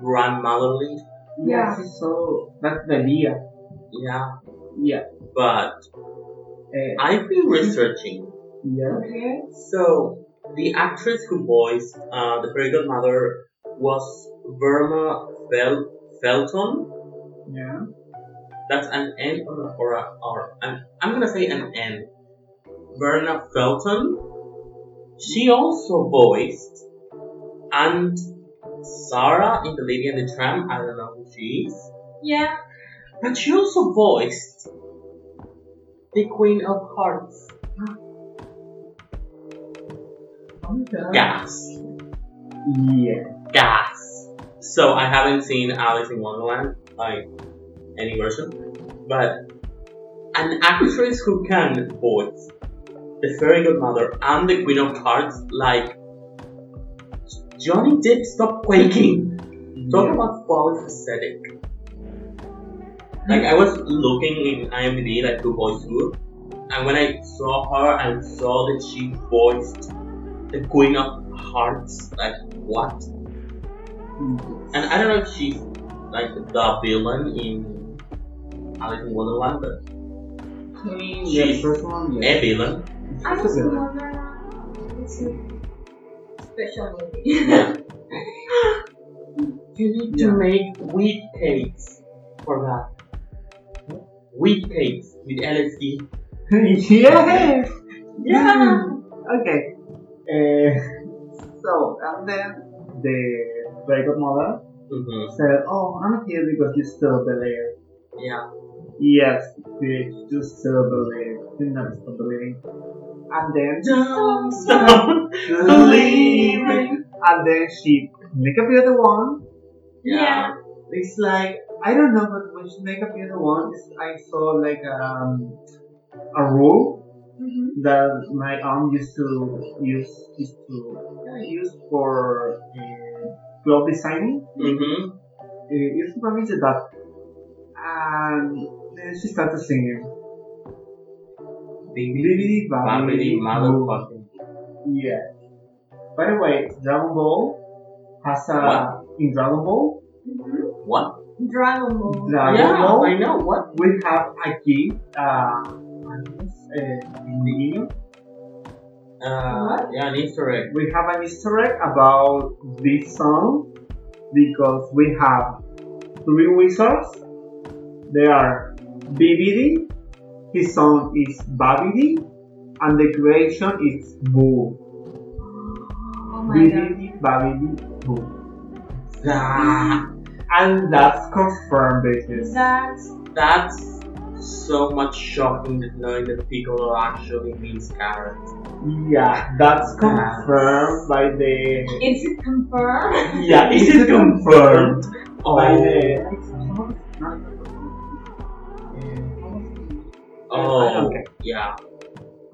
grandmotherly.
Yeah, she's so. That's the idea.
Yeah,
Yeah.
but
Uh,
I've been researching.
yeah.
Okay.
So the actress who voiced uh, the fairy godmother was Verma Fel- Felton.
Yeah.
That's an N or a, or, a, or an, I'm gonna say an N. Verna Felton. She also voiced and Sarah in The Lady and the Tramp. I don't know who she is.
Yeah.
But she also voiced the Queen of Hearts.
Oh my god.
Gas.
Yeah.
Gas. So I haven't seen Alice in Wonderland, like any version. But an actress who can voice the fairy godmother and the Queen of Hearts, like Johnny Depp, stop quaking. Talk
Yeah.
about polyphasetic. Like I was looking in IMDb like who voiced who, and when I saw her and saw that she voiced the Queen of Hearts, like what? And I don't know if she's like the villain in Alice in Wonderland, but
I mean, yeah,
She's-
first one,
a
yeah.
villain.
I
She's
was
a villain.
wondering. It's a special movie.
Yeah.
You need
Yeah.
to make
Wheat cakes for that. Wheat cakes with LSD.
yeah.
Yeah.
Okay. Uh, so, and then the breakup mother
hmm
said, Oh, I'm here because you still believe.
Yeah.
Yes, bitch, just still believe. Do not stop believing. And then
Don't stop believing.
And then she make up the other one.
Yeah.
It's like I don't know, but when she make up the other one, it's- I saw like um a rule
hmm
that my aunt used to use used to yeah, use for uh, glove designing.
hmm
Uh, it's probably that. And then she started singing. Bibbidi
Family
Mm-hmm.
motherfucking.
Yeah. By the way, Dragon Ball has a in Dragon Ball.
hmm
What?
Dragon Ball.
Dragon
yeah,
Ball.
I know. What?
We have a kid. Uh, uh, in the beginning.
Uh, yeah, an Easter egg.
we have an Easter egg about this song because we have three wizards. They are BBD, his son is Babidi, and the creation is Boo.
Oh my god.
BBD, Babidi, Boo.
That,
And that's confirmed, bitches.
That's
that's so much shocking that knowing that piccolo actually means carrot.
Yeah, that's confirmed by the.
Is it confirmed?
Yeah,
Is
is it
it
confirmed by
Oh,
the? I
oh,
don't care.
yeah.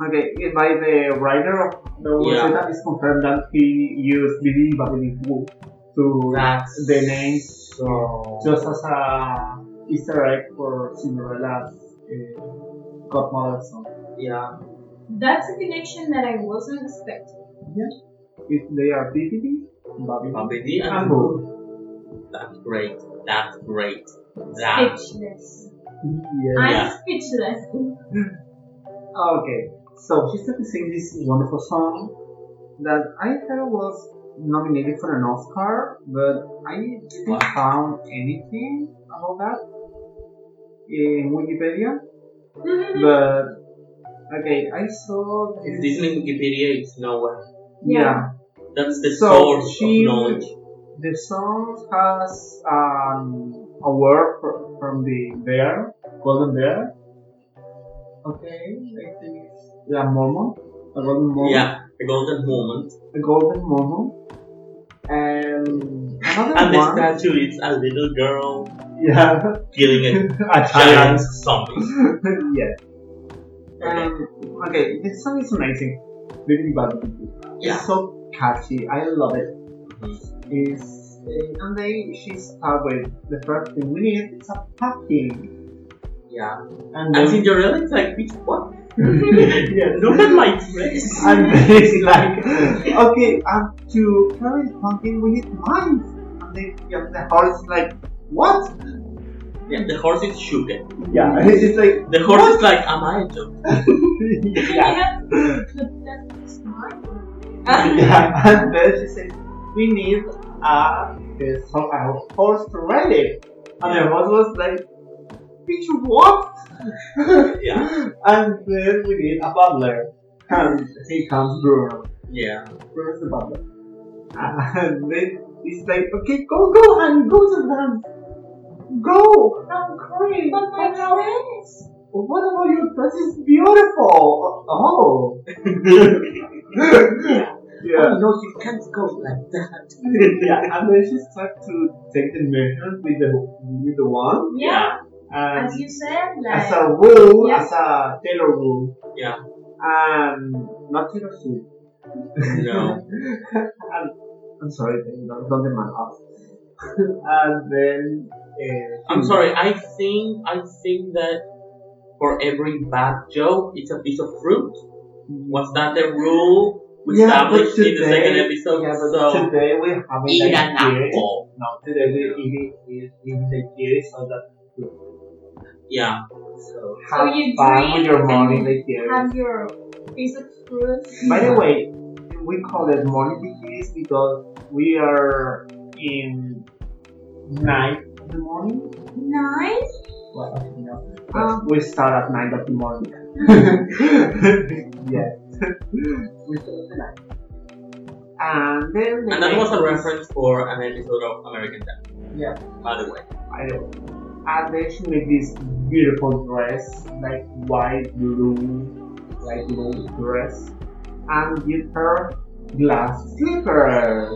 Okay, yeah, by the writer of the
Yeah.
Wizard is confirmed that he used Billy Babylon to
That's
the name
So
just as a Easter egg for Cinderella's uh, godmother song.
yeah.
That's a connection that I wasn't expecting.
If they are PPP, Babylon.
Babidi and
And
Boo.
Boo.
That's great. That's great. That
Speechless.
Mm-hmm.
Yeah.
I'm
Yeah.
speechless.
Okay, so she started singing this wonderful song that I heard was nominated for an Oscar, but I didn't
Wow.
found anything about that in Wikipedia. But okay, I saw
it's Disney Wikipedia. It's nowhere.
Yeah,
That's the
So,
source
she-
of knowledge.
the song has um, award fr- from the bear, golden bear. Okay, I think it's yeah, Momo, a golden Momo.
Yeah, the golden moment.
a golden momo, and another
And the
one.
statue is a little girl
yeah,
killing
a
a giant zombie.
yeah. Um, okay, this song is amazing. Really bad.
Yeah.
It's so catchy. I love it.
Mhm.
It's uh, and they she start with the first thing we need is a packing.
Yeah.
And
And
then,
Cinderella is like, bitch, what?
yeah,
Look at my dress.
And then it's like, okay, and to carry pumpkin we need mines. And then yeah, the horse is like, what?
Yeah, the horse is shooken.
Yeah, it's just like
The horse is like, am I a joke?
yeah.
Yeah. That's smart.
yeah, and then she said, we need a, a, some- a horse to ride it. And the horse was like, bitch, what?
Yeah.
and then we need a butler. And he comes Bruno.
Yeah.
Bruno's the butler. And then he's like, okay, go, go, and go to dance. Go! I'm crying.
But my dress!
What about you? That is beautiful. Oh. yeah.
Oh, no, you can't go like that.
yeah, and then she started to take the measurement with the with the wand
Yeah,
and
as you said,
as
like,
a wool,
Yeah.
as a tailor wool.
Yeah.
Um, not tailor suit.
No.
and, I'm sorry, don't, don't get my ass. and then. Uh,
I'm sorry, I think I think that for every bad joke it's a piece of fruit. Was that the rule we
Yeah, but
established in the
today-
second episode?
Yeah, but
so
today we have it
eat an
like here.
apple.
No, today we eat it in- in the here so that
Yeah.
so
So
have
you
fun
drink
with your
and
morning here.
have your piece of fruit.
By the way, we call it morning degrees because we are in nine of the morning.
Nice.
Well, you know,
Uh-huh.
Ah.
we start at nine of the morning. yeah, we start at nine. And then the
And that was
next-
a reference for an episode of American Dad,
Yeah,
by the way.
I know. And then she made this beautiful dress, like white, blue, like blue dress, and give her glass slippers.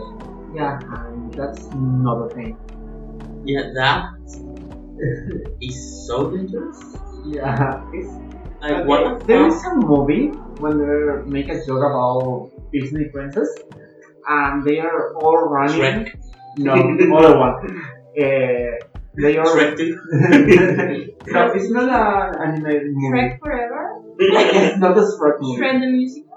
Yeah, and that's another thing.
Yeah, that is so dangerous.
Yeah, it's, uh,
Like what the
there is
fuck?
a movie when they make a joke about Disney princess, and they are all running.
Shrek.
No, other one. Uh, they are.
Shrek too.
no, it's not an animated movie.
Shrek Forever.
it's not a Shrek movie.
Shrek the musical.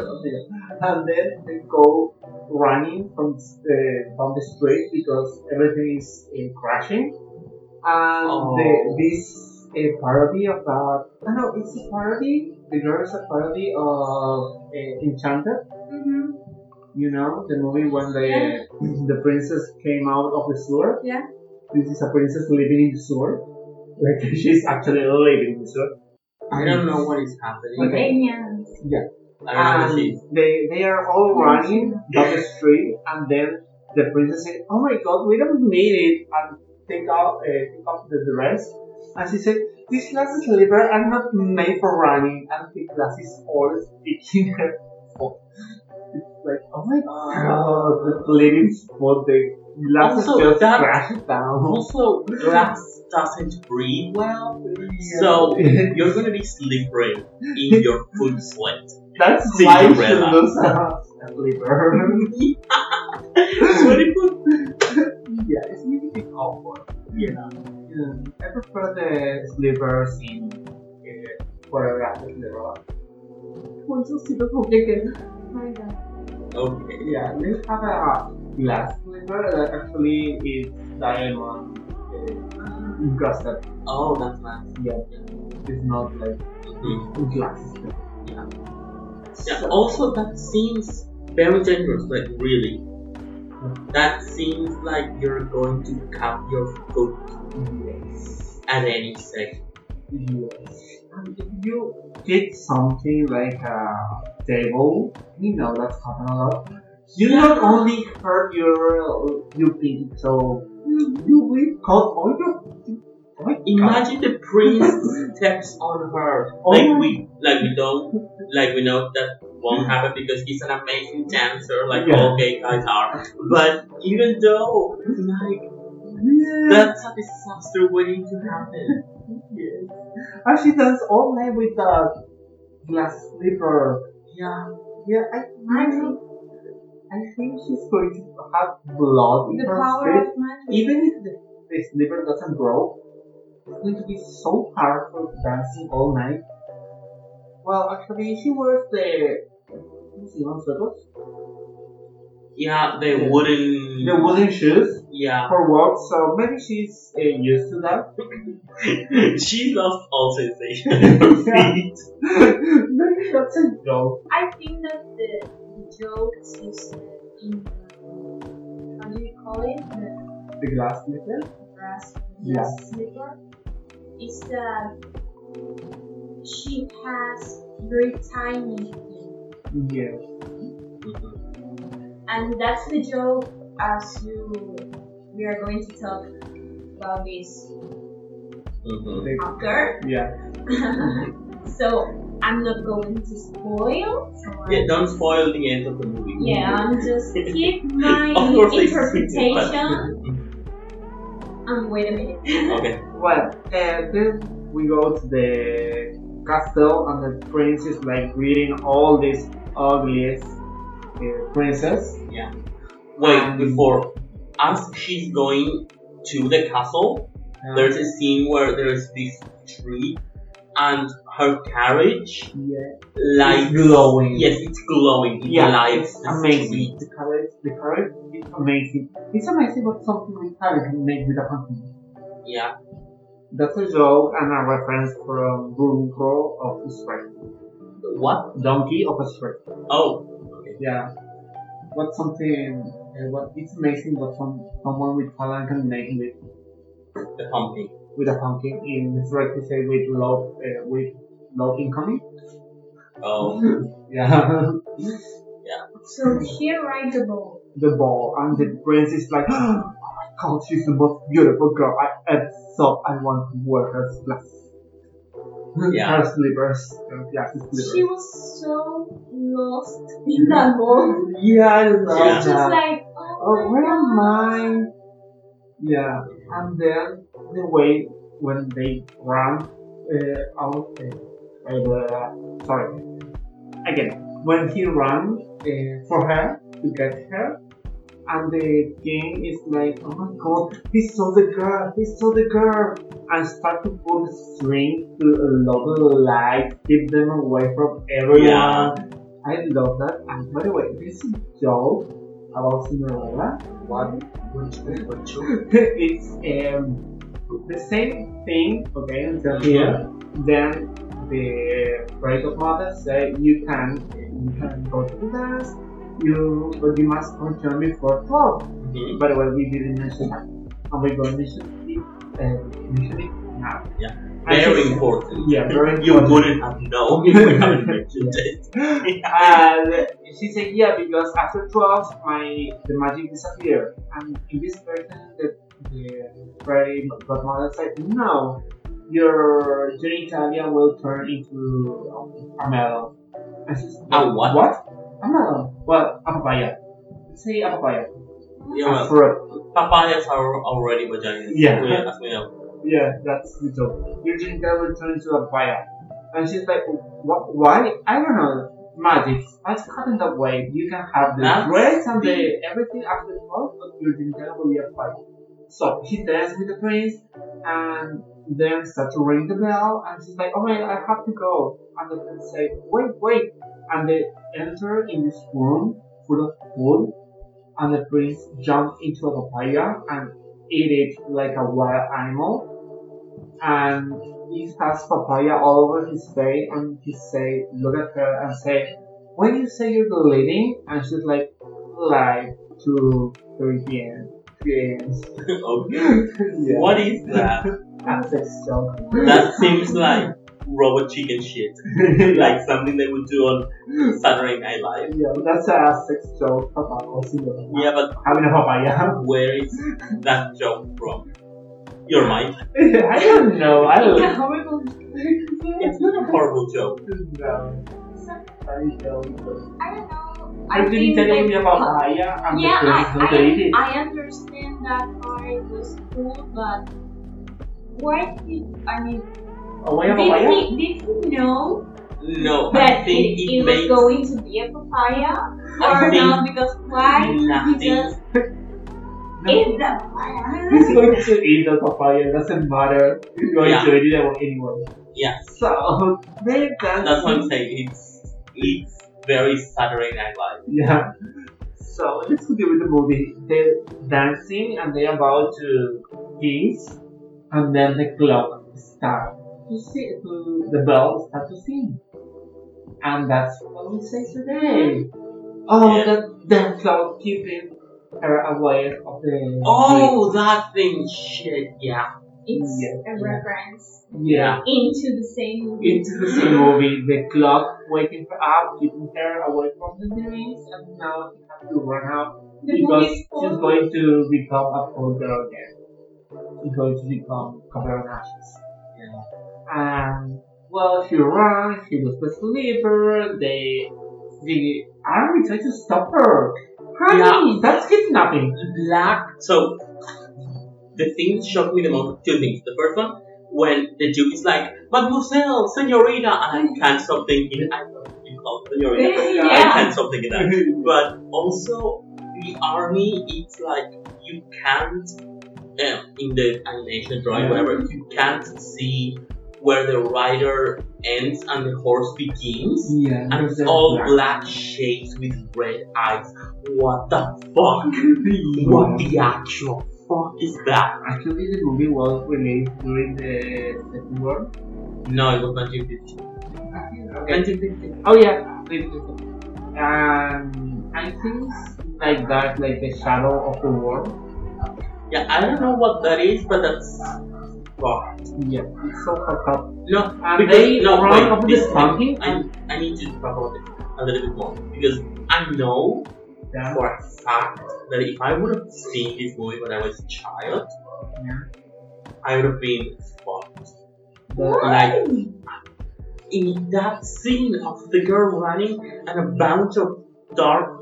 and then they go running from the, from the street because everything is uh, crashing. And
Oh.
the, this a parody of that. I know it's a parody. The girl is a parody of uh, Enchanted.
Mm-hmm.
You know the movie when the
Yeah.
the princess came out of the sewer.
Yeah.
This is a princess living in the sewer. Like she's actually living in the sewer.
I don't know what is happening.
Okay. Um,
Aliens.
I don't know
And
what she's
they they are all running down the street, and then the princess said, "Oh my God, we don't need it!" and take off uh, take off the dress, And she said, these glasses slippers are not made for running, and the glasses all sticking her foot. It's like, oh my god, this lady spot the glasses
Also,
just
that-
crashed down.
Also, glass doesn't breathe well, so you're gonna be slippery in your food sweat.
That's why she
Cinderella.
looks a sliver.
What if you-
yeah, it's really bit awkward.
Yeah.
Um, I prefer the slivers in uh, choreographic level. Want to see the public again?
Oh My God.
Okay.
Yeah, they have a glass sliver that actually is diamond uh, encrusted.
Oh, that's nice. Mm-hmm.
Yeah, it's not like glass. slipper.
Yeah, also, that seems very dangerous, like, really. That seems like you're going to cut your foot
Yes.
at any second.
Yes. And if you hit something like a table, you know that's happened a lot. You not only hurt your your pinky toe, you, you will cut all your. Oh my God.
Imagine the priest steps on her.
Oh
Like
my-
we, like we don't, like we know that won't happen because he's an amazing dancer, like
Yeah.
all gay guys are. But even though, like,
Yeah.
that's a disaster waiting to happen.
Yes. And uh, she does all night with a glass slipper.
Yeah.
Yeah, I, I think I think she's going to have blood in
The
her
power
face.
of magic.
Even if the, the slipper doesn't grow, it's going to be so hard for dancing all night. Well, actually, she wears the. what's the one, slippers?
Yeah, they
Yeah.
wouldn't.
The wooden shoes
Yeah.
for work, so maybe she's uh, used to that.
she lost all sensation in her feet.
maybe that's a joke.
I think that the joke is in how do you call it? The
The glass slipper?
brass
Yeah.
slipper is that uh, she has very tiny feet,
Yes. Mm-hmm.
and that's the joke as you we are going to talk about this
Mhm.
They-
after.
Yeah.
so I'm not going to spoil. so I-
Yeah, don't spoil the end of the movie.
Yeah, I'm just keep my
Of course, they-
interpretation. Um, wait a minute.
Okay.
Well, uh, then we go to the castle, and the prince is like greeting all these ugliest uh, princess.
Wait, before. As she's going to the castle,
And-
there's a scene where there's this tree and her carriage
yeah,
lights.
it's glowing.
Yes, it's glowing. It
Yeah,
lights
it's
the tree.
amazing. The colors, the colors, it's amazing. It's amazing what something like that can make with a company.
Yeah.
That's a joke and a reference from Burro of Shrek.
What?
Donkey of Shrek.
Oh.
Yeah. What something? Uh, what it's amazing what some someone with talent can make with
The pumpkin.
with a pumpkin in it's right to say with low uh, with low incoming.
Oh.
Yeah.
So she rides the ball.
the ball and the prince is like oh my god, she's the most beautiful girl I ever saw. I want to wear her glass.
Yeah.
Her slippers. Her glasses
She
slippers.
was so lost in that ball.
Yeah, I
She
love
Yeah.
that.
was just like, oh,
Oh,
my
where am
God.
I? Yeah, and then the way when they ran uh, out, uh, uh, blah, blah, blah. sorry, again, when he ran uh, for her to get her, and the king is like, oh my god, he saw the girl, he saw the girl, and start to pull strings to a lot of lights, keep them away from everyone.
Yeah.
I love that. And by the way, this joke about Cinderella
What? What?
it's um, the same thing, okay, until here. Then the break of mothers say you can you can go to the dance, you but you must return before twelve.
Mhm.
But well, we didn't mention that, and we're going to mention it, uh, mention it now.
Yeah.
And
Very
she-
important.
Yeah, very
You
important.
wouldn't have known if we haven't mentioned it.
and she said, yeah, because after 12, my the magic disappeared. And in this version, the, the fairy godmother said, no, your genitalia will turn into um, a melon. And she's
A what?
What? A melon. Well, a papaya. Say a papaya.
Yeah,
A
well,
fruit.
papayas are already vaginas.
Yeah.
We, as we know.
Yeah, that's the joke. Your genitalia will turn into a papaya. And she's like, what? Why? I don't know. Magic. That's happened that way. You can have the
That's
dress and the
the-
everything after 12, but your genitalia will be a papaya. So he danced with the prince and then start to ring the bell and she's like, Oh I have to go and the prince said, Wait, wait and they enter in this room full of food and the prince jumped into a papaya and ate it like a wild animal and he has papaya all over his face and he say look at her and say when you say you're leading and she's like like to 3 p.m. 3 a.m.
okay.
yeah.
What is that?
That's a shock.
that seems like robot chicken shit.
yeah,
like something they would do on Saturday Night Live.
that's a sex joke about also
Yeah, but
having a papaya.
where is that joke from? Your mind.
I don't know. I
It's
don't
a
know.
horrible.
It's not a horrible joke.
No, I don't know.
I don't know.
I didn't
think
tell you
that-
about papaya and
Yeah,
the things that they
I,
did.
I, I understand that I was cool, but why did I mean?
Oh, why a
Did
papaya?
he, did he know
No, I
that
think
it,
it,
it was
makes
going to be a papaya
I
or
think
not? Because why did he
nothing.
just
No.
eat the papaya?
He's going to eat the papaya, it doesn't matter. He's going
Yeah.
to eat it anyway.
Yeah,
So, maybe that's,
that's what I'm saying. It's it's very Saturday Night Live.
Yeah. So let's continue with the movie. They're dancing and they're about to kiss, and then the clock starts to sing, to, the bell starts to sing. And that's what we say today. Oh,
Yeah.
that, that clock keeping her away of the.
Oh, that thing, shit. Yeah,
It's
Yeah.
a reference
Yeah.
into the same movie.
It's the same movie. The clock waking her up, keeping her away from the dreams, and now she has to run out
The
because
movie's
she's
called-
going to become a poor girl again. She's going to become Cabrera Ashes.
Yeah.
And well, she ran, she was the sleeper, they. The army tried to stop her. Honey, that's kidnapping.
black. So the thing that shocked me the most two things. The first one, when the Jew is like, Mademoiselle, Senorita, I can't stop thinking. I love you, called Senorita. I
Yeah.
can't stop thinking that. But also, the army, it's like you can't, um, in the animation drawing,
Yeah.
whatever, you can't see where the rider ends and the horse begins.
yeah,
And it's all black shapes with red eyes. What the fuck? What the actual fuck is that?
Actually, the movie was released during the Second War.
No, it was 1950.
Okay.
1950.
Oh yeah, wait, wait, wait. Um, I think like that, like the shadow of the war.
Yeah, I don't know what that is, but that's fuck.
Yeah, it's so fucked up.
No,
And
because
they
no,
run
wait,
over
this
the pumpkin
I, I need to talk about it a little bit more because I know
Yeah.
for a fact that if I would have seen this movie when I was a child,
Yeah.
I would have been fucked.
The-
Like in that scene of the girl running and a bunch of dark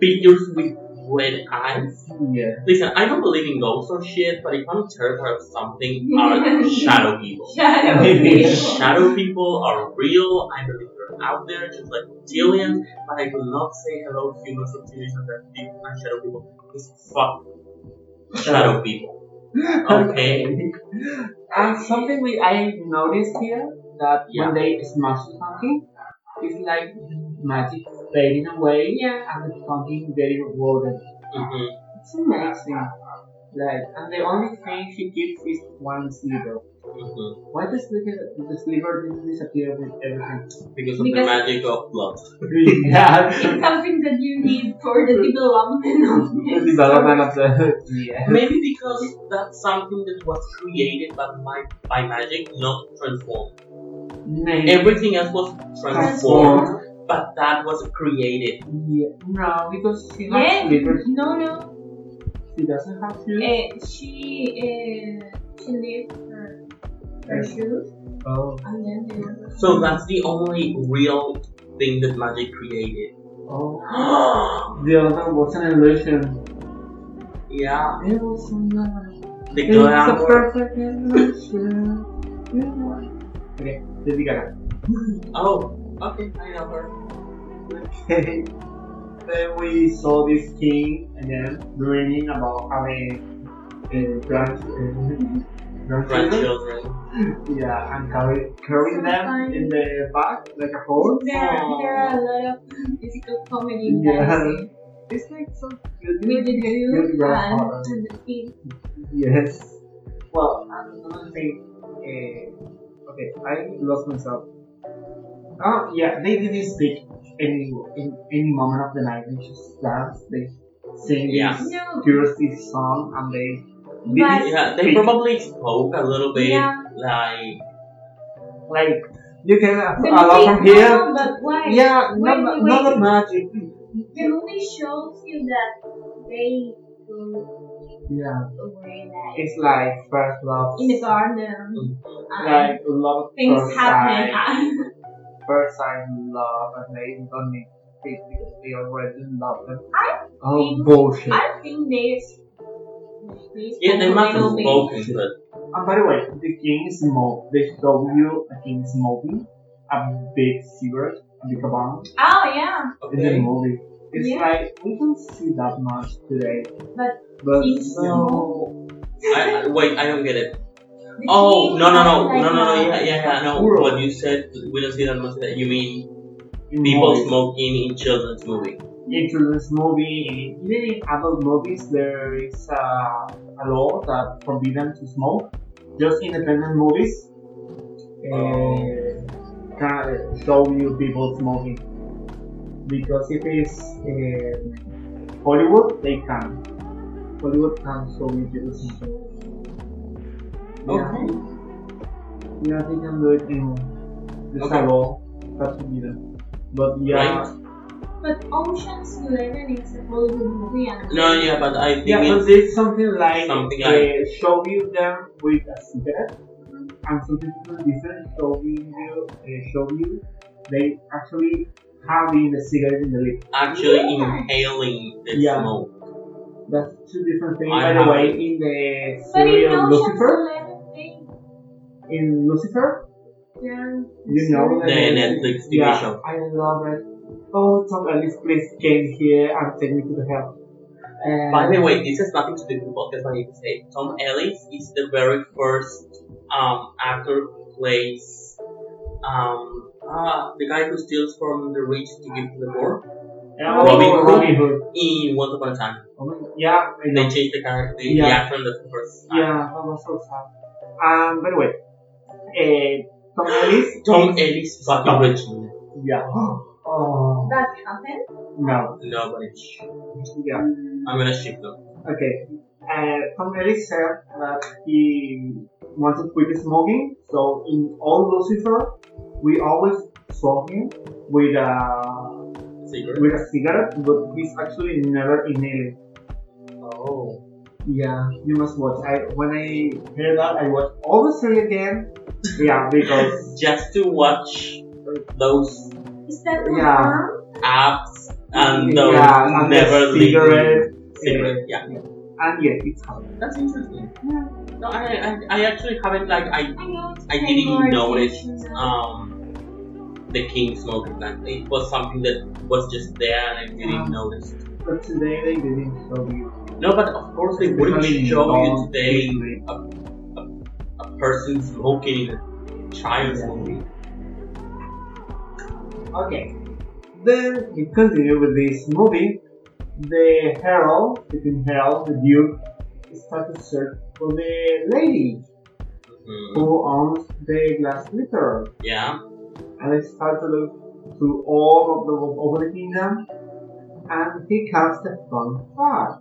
figures with red eyes.
yeah.
Listen, I don't believe in ghosts or shit, but if I'm terrified of something, are shadow people.
Shadow
Maybe.
people.
shadow people are real. I believe they're out there, just like reptilians. But I will not say hello, humans, reptilians, and that people and shadow people. It's fuck shadow people. Okay. Mm-hmm,
And Um, something we I noticed here that
Yeah.
when they smash the pumpkin, it's like magic fading away
Yeah.
and the pumpkin very golden.
hmm
It's amazing. Like, and the only thing she keeps is one sliver.
hmm
Why does the, the sliver didn't disappear with everything?
Because of the
Because-
magic of love.
yeah.
It's something that you need for the development of
The
this.
development of the yeah.
Maybe because that's something that was created by, my, by magic, not transformed.
Name.
Everything else was transformed,
Transform.
but that was created.
Yeah. No, because she has
Yeah.
slivers.
No, Eh, no.
She doesn't have shoes.
Uh, she uh, she lived eh, her her shoes,
Oh.
and then they were
So that's the only real thing that magic created.
Oh. The other was an illusion.
yeah,
It was a lie.
the
It's a
glamour.
perfect illusion. It was- okay, let's be gonna.
Oh, okay, I know her.
Okay. Then we saw this king and then dreaming about having a grand, uh, grandchildren.
Grandchildren.
Yeah, and carry, carrying them in the back like a horse.
There, are- there are a lot of physical comedy in
Yeah.
dancing
It's like so cute.
with the
Good
dude and,
grandfather.
and the kid.
Yes. Well, another thing. Uh, okay, I lost myself. Oh yeah, they didn't speak any in any moment of the night. They just danced. They sing
Yeah.
this
No,
touristy song, and they
But-
didn't
Yeah, they probably spoke a little bit
Yeah.
like
like you can
the
allow from
movie-
here.
No, but why?
Yeah,
Wait,
not,
wait,
not
wait.
the magic.
The movie shows you that they go
Yeah,
away like
it's like first love.
in the garden. and
Like love at
things
first
happen.
sight. first I love and they don't need it because they already love them.
I
oh
think-
bullshit.
I think they
yeah, they must have
both.
spoken, but
and by the way, the king is smoke. They show you a king smoking a big cigarette, a big bong
Oh yeah,
in the
okay.
movie. It's
Yeah.
like we don't see that much today.
But
but
he's
no.
I, I- wait, I don't get it.
The
Oh
king
no no no
has, uh,
no no no
like,
yeah
a-
yeah yeah no.
Puro.
What you said we don't see that much. You mean
in
people
movies.
smoking in children's movie?
in children's movie, in, even in adult movies, there is uh, a law that forbids them to smoke. Just independent movies uh, can show you people smoking because if it's uh, Hollywood, they can. Hollywood can show you people smoking.
Okay.
Yeah, they can do it in the
Okay.
okay. law that's forbidden. But yeah,
Right.
But Ocean's Eleven is a Hollywood movie, and
No yeah, but I think
Yeah, but
it's
there's something like
Something
they show you them with a cigarette, and something different showing you, uh, show you they actually having the cigarette in the lip.
actually
Yeah.
inhaling the
Yeah.
smoke.
That's two different things.
I
By the
have
way,
it.
in the
but in
serial
Ocean's
Lucifer,
Eleven, they
in Lucifer,
they're
you know
The
that
Netflix TV
yeah,
show.
I love it. Oh, Tom Ellis, please came here and take me to the hell. Uh, And
By the way, this has nothing to do with what I need to say. Tom Ellis is the very first um, actor who plays um, ah, the guy who steals from the rich to give to the poor
oh,
Robin Hood.
Robin Hood.
in Once Upon a Time.
Oh my- Yeah, I
And
know.
they change the character, the,
Yeah.
the actor in the first time.
Yeah, that was so sad. Um, by the way, eh, Tom Ellis.
Tom Ellis is fucking rich. man.
Yeah. Oh
that happened.
no.
No, but it's sh-
Yeah.
I'm gonna ship them.
Okay. Uh, Tom Ellis said that he wanted to quit smoking, so in all Lucifer, we always saw him with a
Secret.
with a cigarette, but he's actually never inhaling.
Oh.
Yeah, you must watch. I when I heard that, I watched all the series again. Yeah, because
Just to watch those
Is that what
Yeah.
harm?
apps and those
yeah, and the
Um, never leaving
cigarette.
cigarette. Yeah.
And yes, it's hard.
That's interesting. No, I, I, I actually haven't like I
I know. it's
I
paying
didn't
more
notice
attention now.
um the king smoking that. It was something that was just there and I didn't
Um.
notice.
But today they didn't show you.
No, but of course they wouldn't
Because
show you
all
today
history.
a person smoking in a child's
Yeah.
movie.
Okay. Then you continue with this movie. The herald, the king herald, the duke, starts to search for the lady
Mhm.
who owns the glass litter.
Yeah.
And they start to look through all of the over the kingdom. And he comes upon fire.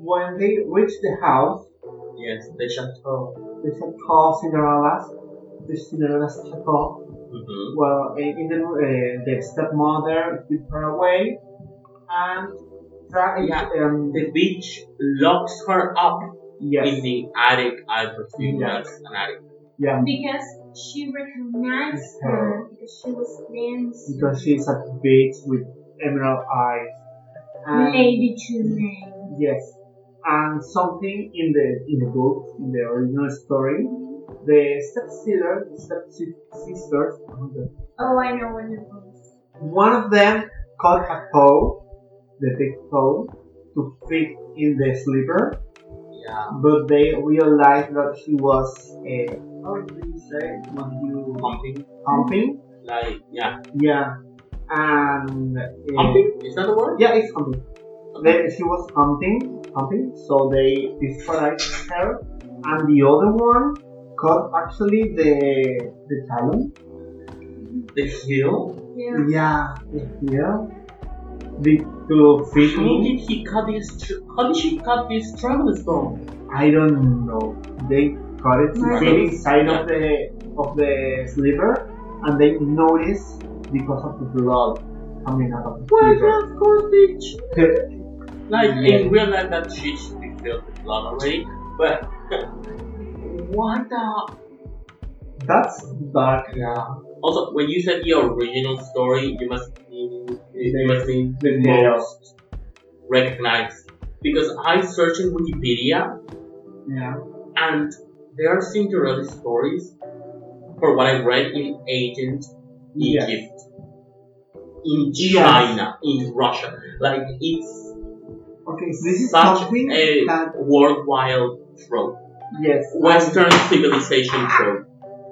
When they reach the house,
Yes, they shut up.
They should call Cinderella's. The Cinderella's chapeau.
hmm
Well, in in the uh, the stepmother keep her away, and that is,
Yeah.
um,
The bitch locks her up
yes,
in the attic. I presume
Yeah.
that's an attic.
Yeah,
because she recognized her because she was dancing.
because she's a bitch with emerald eyes. And
Maybe too late.
Yes, and something in the in the book, in the original story, the stepsister, the stepsisters,
Oh, I know what it was.
one of them caught a pole, the big pole, to fit in the slipper,
Yeah.
but they realized that she was a how do you say when you
Humping.
humping?
Like, yeah.
Yeah, and uh,
Humping? Is that the word?
Yeah, it's humping. They, she was hunting, hunting, so they disparaged her, and the other one caught actually the the talon.
The heel?
Yeah.
Yeah, yeah. The to fit
How
me.
did he cut this? Tr- how did she cut these travelers from?
I don't know. They got it to
Right.
fit inside of the of the sliver, and they noticed because of the blood coming out of the sliver.
of course, bitch. Like
Yeah.
in real life, that shit should be filled with blood already. But what the?
That's dark.
Yeah. Also, when you said the original story, you must mean you
The-
must mean
the
most recognized because I searched in Wikipedia
Yeah.
and there are Cinderella stories for what I read in ancient
Yeah.
Egypt, in
Yes.
China, in Russia. Like it's
Okay, so this is
such
something
a
that
worthwhile trope,
yes,
Western civilization trope.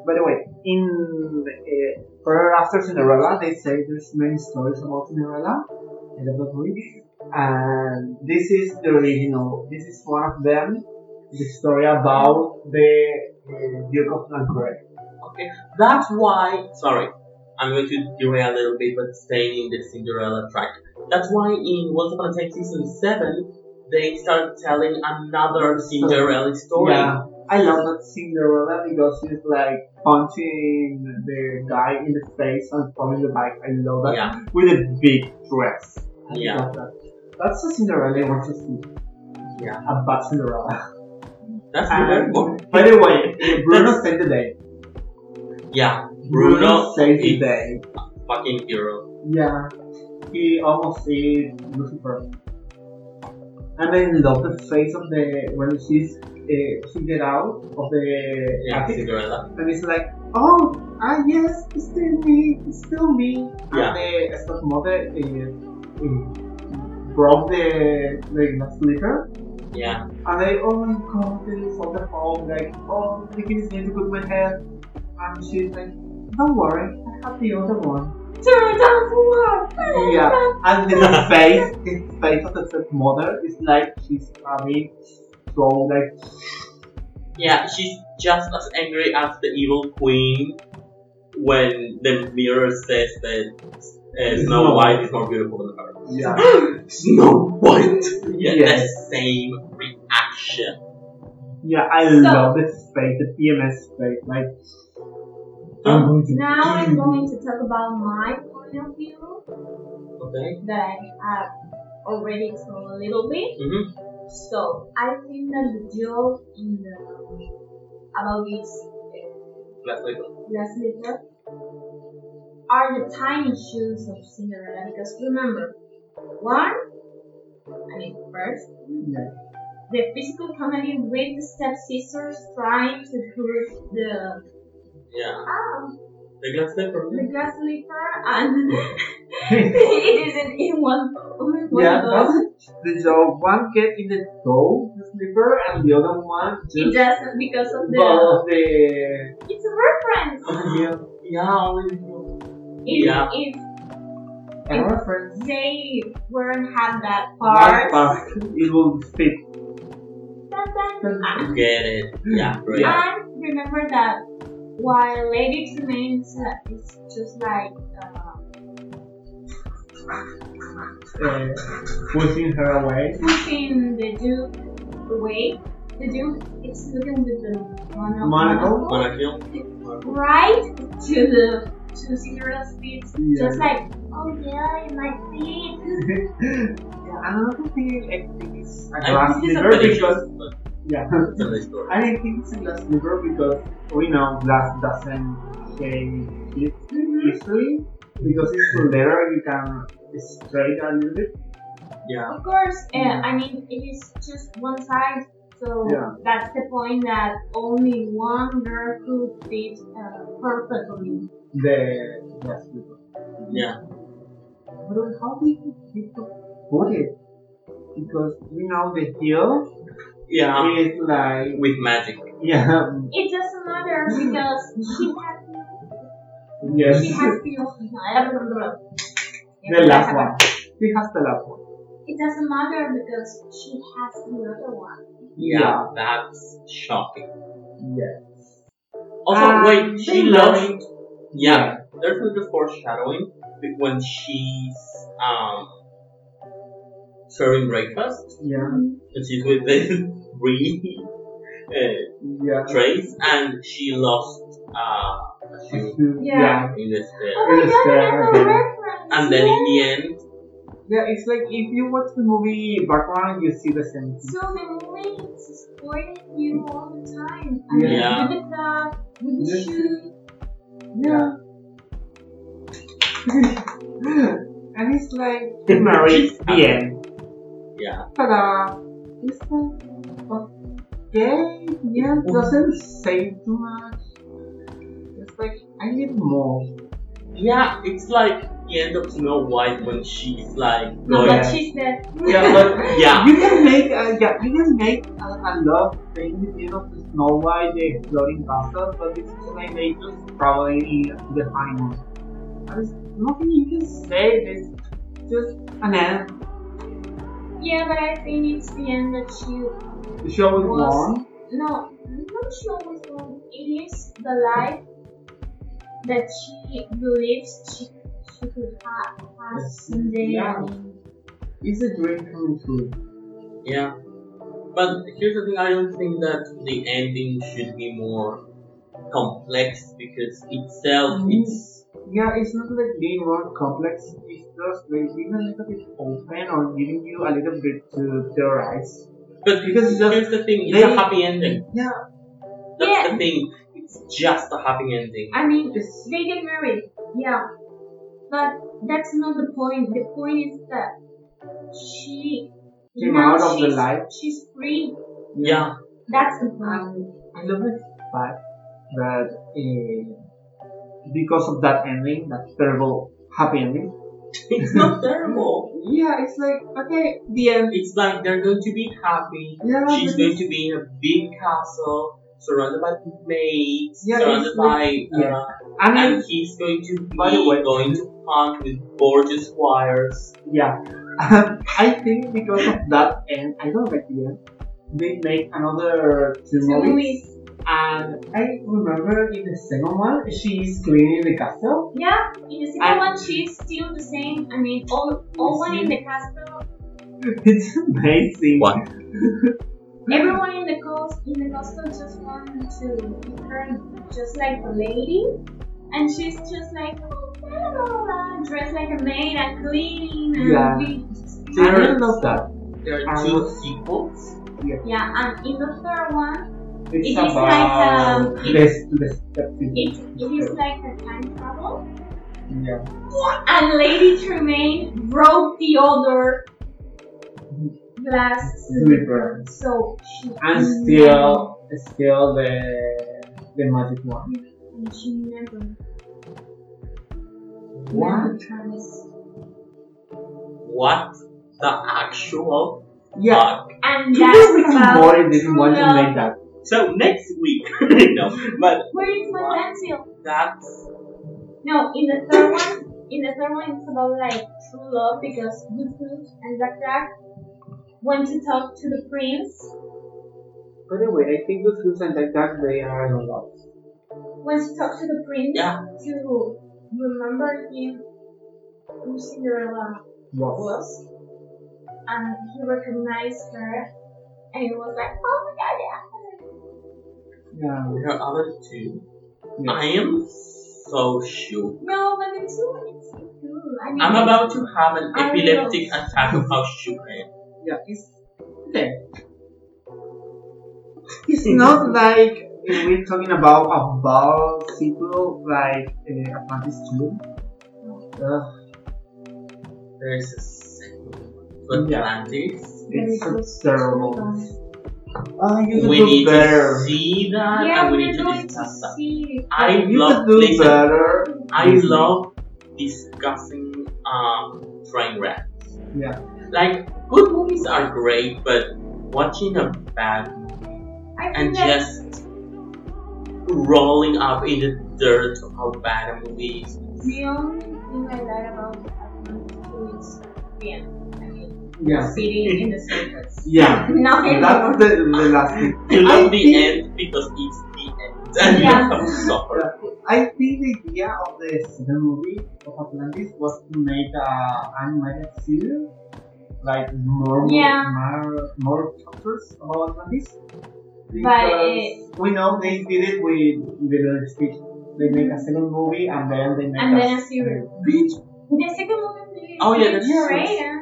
By the way, in uh, for after Cinderella, they say there's many stories about Cinderella in the movie, and this is the original. This is one of them. The story about the uh, Duke of Lancre.
Okay, that's why. Sorry, I'm going to derail a little bit, but staying in the Cinderella track. That's why in Once Upon a Time season seven, they start telling another Cinderella story.
Yeah, I love that Cinderella because she's like punching the guy in the face and falling the bike. I love that
yeah.
with a big dress. I
Yeah.
love that. That's a Cinderella I want to see.
Yeah.
A bad Cinderella.
That's
And-
very good.
By the way, Bruno saved the day.
Yeah,
Bruno
Bruno
saved the
is-
day.
fucking hero.
Yeah, he almost saved Lucifer. And I love the face of the when she's uh, she get out of the
Yeah,
attic,
Cinderella.
and it's like, oh, ah yes, it's still me, it's still me.
Yeah.
And the stepmother uh, uh, broke the the slipper.
Yeah,
And I, oh my god, this is on the phone, like, oh, the kid is going to cut my hair. And she's like, don't worry, I have the other one.
Turn down for what?
Yeah, and his face, his face of the stepmother is like she's having strong, like,
yeah. She's just as angry as the evil queen when the mirror says that uh,
Snow
Snow White is more beautiful than her.
yeah.
Snow White. Yeah,
Yes.
the same reaction.
Yeah, I
So-
love this face, the PMS face, like, I'm
Uh-huh.
going to
Now
kill
I'm
you.
going to talk about my point of view
Okay.
that I have already told a little bit.
Mm-hmm.
So I think that the joke in the about these
That's like a
last letter are the tiny shoes of Cinderella because remember one I mean first
Yeah.
the physical comedy with the stepsisters trying to hurt the
yeah.
um
The glass slipper.
the glass slipper and it isn't in one in one
yeah,
go.
that's the joke. One get in the toe, the slipper, and the other one
It
just
doesn't because of the
above the,
it's a reference.
the
Yeah, always do.
If,
Yeah.
if
and reference.
they weren't have that
That
part,
part, it will fit.
that, that, ah.
Get it. Yeah, great.
Yeah.
And remember that while Lady Tremaine is, uh, is just like uh,
Uh, pushing her away.
pushing the Duke away, the Duke is looking with the monocle,
Monocle?
Monarchial.
right to the to Cinderella's feet,
Yeah.
just like oh yeah, in my feet.
yeah, another thing I think is a
I
glass
think it's a
slipper
fetish,
because
but
Yeah.
Tell the story.
I didn't think it's a glass liver because we know glass doesn't shave it easily because it's leather you can straight a little bit.
Yeah.
Of course, uh, I mean, it is just one size, so
Yeah.
that's the point that only one girl could fit uh, perfectly.
The glass liver.
Yeah.
But how did you keep to put it? Because we know the heel
Yeah.
is like
With magic.
yeah
It doesn't matter because she has
yes
she has the
the last one. She has the last one.
It doesn't matter because she has the other one.
Yeah.
Yeah.
That's shocking.
Yes.
Also,
Um,
wait, she
they
loved. Yeah. There's a little foreshadowing with when she's um serving breakfast
Yeah.
and she's with the three uh,
Yeah.
trays and she lost uh, a shoe
yeah.
Yeah.
in the stair.
Oh my
Yes,
god,
there
another
again.
reference!
And then in the end,
Yeah, it's like if you watch the movie background, you see the same thing.
So the movie is spoiling you all the time. I mean,
Yeah.
with the clock, with the
Yes.
shoe.
Yeah. and it's like the marriage, the end.
yeah,
Ta-da! It's like, okay, yeah, doesn't say too much. It's like, I need more.
yeah, it's like the end of Snow White when she's like
No,
going,
yeah.
but she's dead.
Yeah, but-
yeah,
You can make, uh, yeah, you can make a, a lot of things with, you know, the Snow White, the exploding castle, but it's just like they just probably in the final. There's nothing you can say, there's just an end.
yeah, but I think it's the end that she.
The show is
Was-
long.
No, I'm not sure which one. It is the life that she believes she, she could ha- have someday.
Yeah.
I mean,
It's a dream coming true.
yeah. But here's the thing: I don't think that the ending should be more complex because itself,
Mhm.
it's
Yeah, it's not like being more complex, it's just like being a little bit open or giving you a little bit to theorize. Because
but because
the-
here's the thing: it's
they-
a happy ending.
Yeah,
That's
Yeah.
the thing. It's just a happy ending.
I mean,
it's,
they get married, yeah. But that's not the point. The point is that she
Came
now
out of the
she's-
life.
She's free.
Yeah,
That's the point.
I love the fact that uh, because of that ending, that terrible happy ending,
it's not terrible.
yeah, it's like, okay, the end.
It's like they're going to be happy.
Yeah,
She's
but
going to be in a big castle, surrounded by maids,
Yeah,
surrounded
it's
by,
like-
uh,
yeah. I mean,
and he's going to be
By the way-
going to hunt with gorgeous wires.
yeah. I think because of that end, I don't like the end, they make another two
So
movies.
we-
And I remember in the second one, she's cleaning the castle.
yeah, in the second
And-
one, she's still the same. I mean, all all one in the castle,
It's amazing.
What?
everyone in the cast in the castle just want to be her just like a lady, and she's just like oh, Bella," dressed like a maid and cleaning and
Yeah.
be-
I really love that.
There are
Um,
two sequels.
Yeah, and in the third one,
It's
It is like,
about
um,
this, this, this,
it, it is like a time travel.
yeah.
And Lady Tremaine broke the other glass
Sliver.
so she
Mm-hmm. And still, still the the magic one.
never- and she never never tries.
What the actual
Yeah.
fuck?
And
Even Rick
that's
and
about
Morty didn't
true
want to
love.
make that.
So next week, no, but
Where is my pencil?
that's
No, in the third one, in the third one, it's about like true love because Bluetooth and Zack Zack went to talk to the prince
By the way, I think the fruits and like that they are in love.
when she talked to the prince
Yeah.
to remember him who Cinderella
Love.
was, and he recognized her, and he was like, oh my god, yeah.
Yeah.
there are other two.
Yeah.
I am so sure.
No, but the two it's so cool. I mean,
I'm about to have an
I know.
epileptic attack of how shook I am.
Yeah. It's okay. It's not like uh, we're talking about a ball sequel like uh, Atlantis 2. Ugh,
There is a second one.
Yeah.
Atlantis.
it's so terrible.
Uh,
Oh, you could
We
do
need to
better.
see that
Yeah,
and we
we're
need to
going to
discuss that.
see. it.
I
You
love
could do
listen,
better.
I
Mhm.
love discussing um train wrecks.
Yeah.
Like good movies are great, but watching a bad
I
and
think that
just rolling up in the dirt of how bad a movie is.
the only thing I like about Atlanta is the end. I mean,
Yeah.
sitting in the circus.
Yeah.
Nothing
That's
more.
the, the last thing.
You love
I
the
think-
end because it's the end and
Yeah.
you have to suffer.
I think the idea of the second movie of Atlantis was to make a animated series, like more
Yeah.
more, more chapters about Atlantis.
But
Because we know they did it with Lilo Stitch. They make a second movie and then they make
And
a,
then a series.
Bitch,
The second movie really
Oh, yeah, that's-
greater.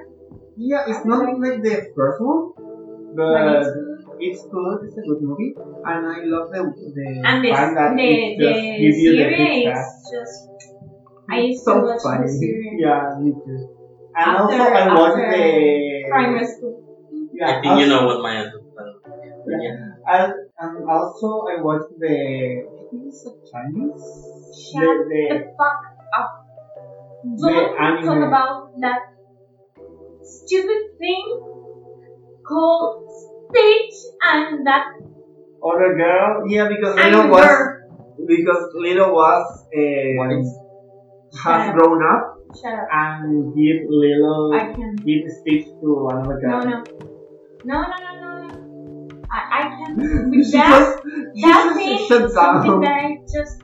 yeah, it's not like the first one,
But it's
but it's good. It's a good movie, and I love the the
And the,
fact that
the,
it
the
just gives you the
series
picture.
is just. I used
so
to watch
funny.
the series.
Yeah, me too. And
After-
also, I watched
after
the.
Primary school.
Yeah,
I think you
also-
know what my answer is.
Yeah.
Yeah.
And, and also, I watched the. I think it's a Chinese. The,
Shut
the,
the fuck up. Don't
anime.
talk about that stupid thing called stage and that
other girl. Yeah, because Lilo
and
was.
her.
Because Lilo was.
What is-
Uh, has
Yeah.
grown up
Shut up.
and give Lilo.
I can
give speech to another
no
girl.
no. No no no no no. I, I can't
She
with that
just, she
that
just
thing
shut
is something
down.
that I just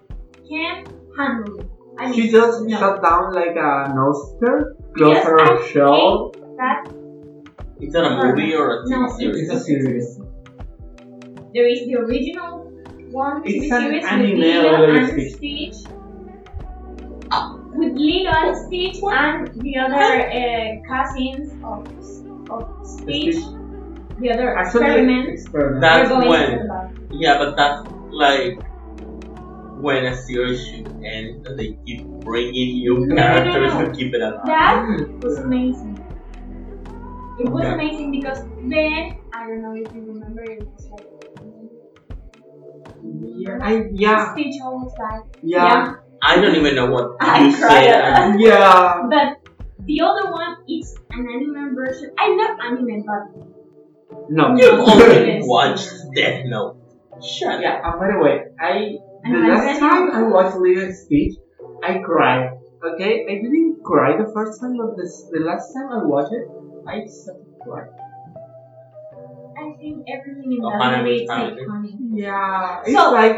can't handle. I mean
she just
no.
shut down like a noster, close
Yes, I
her shell.
hate that
Is that a movie or a TV
no
series?
It's a series.
There is the original one TV
It's an
series with
anime
Lilo
already
and Stitch. With Lilo and Stitch and the other uh, cousins of, of Stitch. The other
Actually,
experiment.
experiment.
That-
They're
That's
going
when-
to love.
Yeah, but that's like when a series should end and they keep bringing new
No, no,
characters
no.
to keep it alive.
That was amazing. It was
Yeah.
amazing because then, I don't know if you remember, it was like.
yeah, I, yeah,
Stitch almost died.
yeah,
I don't even know what
I
you
cried a lot.
said.
yeah,
But the other one is an anime version. I love anime, but
No.
You've already
Yes.
watched Death Note. Shut
yeah. And by the way, I the
And
last
I-
time I watched Lilo Speech, I cried. Okay, I didn't cry the first time, but this, the last time I watched it, I started crying.
I think everything in
Oh,
that
anime
movie
is
is
anime.
iconic.
Yeah, it's
So-
like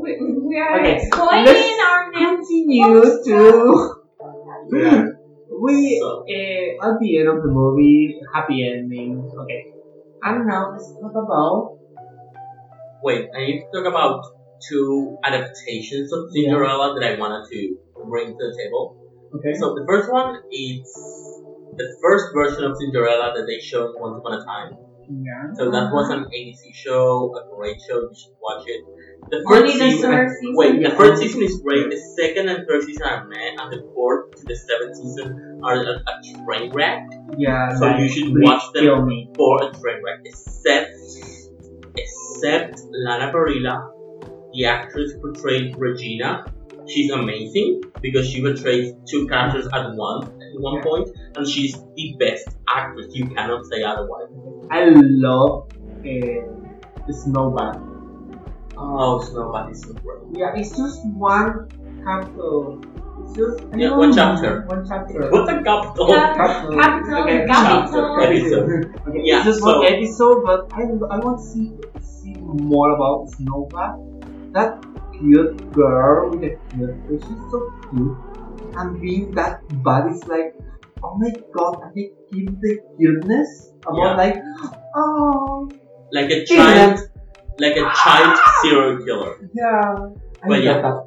We, we are
Okay,
spoiling
let's
our next
continue
podcast.
to
Yeah.
we
So-
uh, at the end of the movie, happy ending. Okay, and now let's talk about
Wait, I need to talk about two adaptations of
Yeah.
Cinderella that I wanted to bring to the table.
okay.
So the first one is the first version of Cinderella that they showed once upon a time.
Yeah.
So that was an ABC show, a great show, you should watch it. The
Only
first
the
season,
third season.
wait, the
Yeah.
first season is great, the second and third season are meh, and the fourth to the seventh season are a, a train wreck
Yeah.
So you should
please
watch them.
Kill me.
for a train wreck, except, except Lana Barilla, the actress who portrayed Regina. She's amazing because she portrays two characters at once at one
Yeah.
point, and she's the best actress. You cannot say otherwise.
I love uh, Snowman.
Oh, Snowman is so great.
Yeah, it's just one chapter. It's just I
Yeah,
don't
one
know,
chapter.
One chapter.
What's a capital?
Yeah.
Chapter.
Capital,
Okay,
capital.
chapter,
Episode.
Okay,
Yeah,
it's just
so-
one episode, but I, I want to see, see more about Snowball. That cute girl with the cute face, she's so cute. And being that bad is like, oh my god, and they keep the cuteness about
Yeah.
like, oh,
Like a
Yeah.
child, like a child serial killer.
yeah. I
But
love
yeah.
that.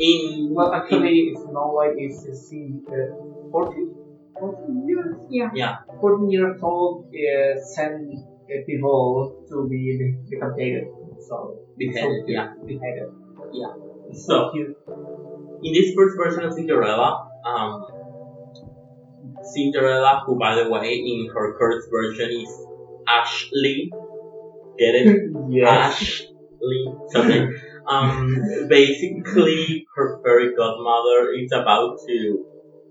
In
Well, actually, Snow White is uh, see, uh, 14? 14 years?
Yeah.
Yeah.
14 years old, uh, send uh, people to be decapitated. so
Beheaded,
so cute.
yeah.
beheaded.
Yeah.
It's
So-
so cute.
In this first version of Cinderella, um, Cinderella, who by the way, in her current version is Ashley. Get it? Ashley something. Um, basically, her fairy godmother is about to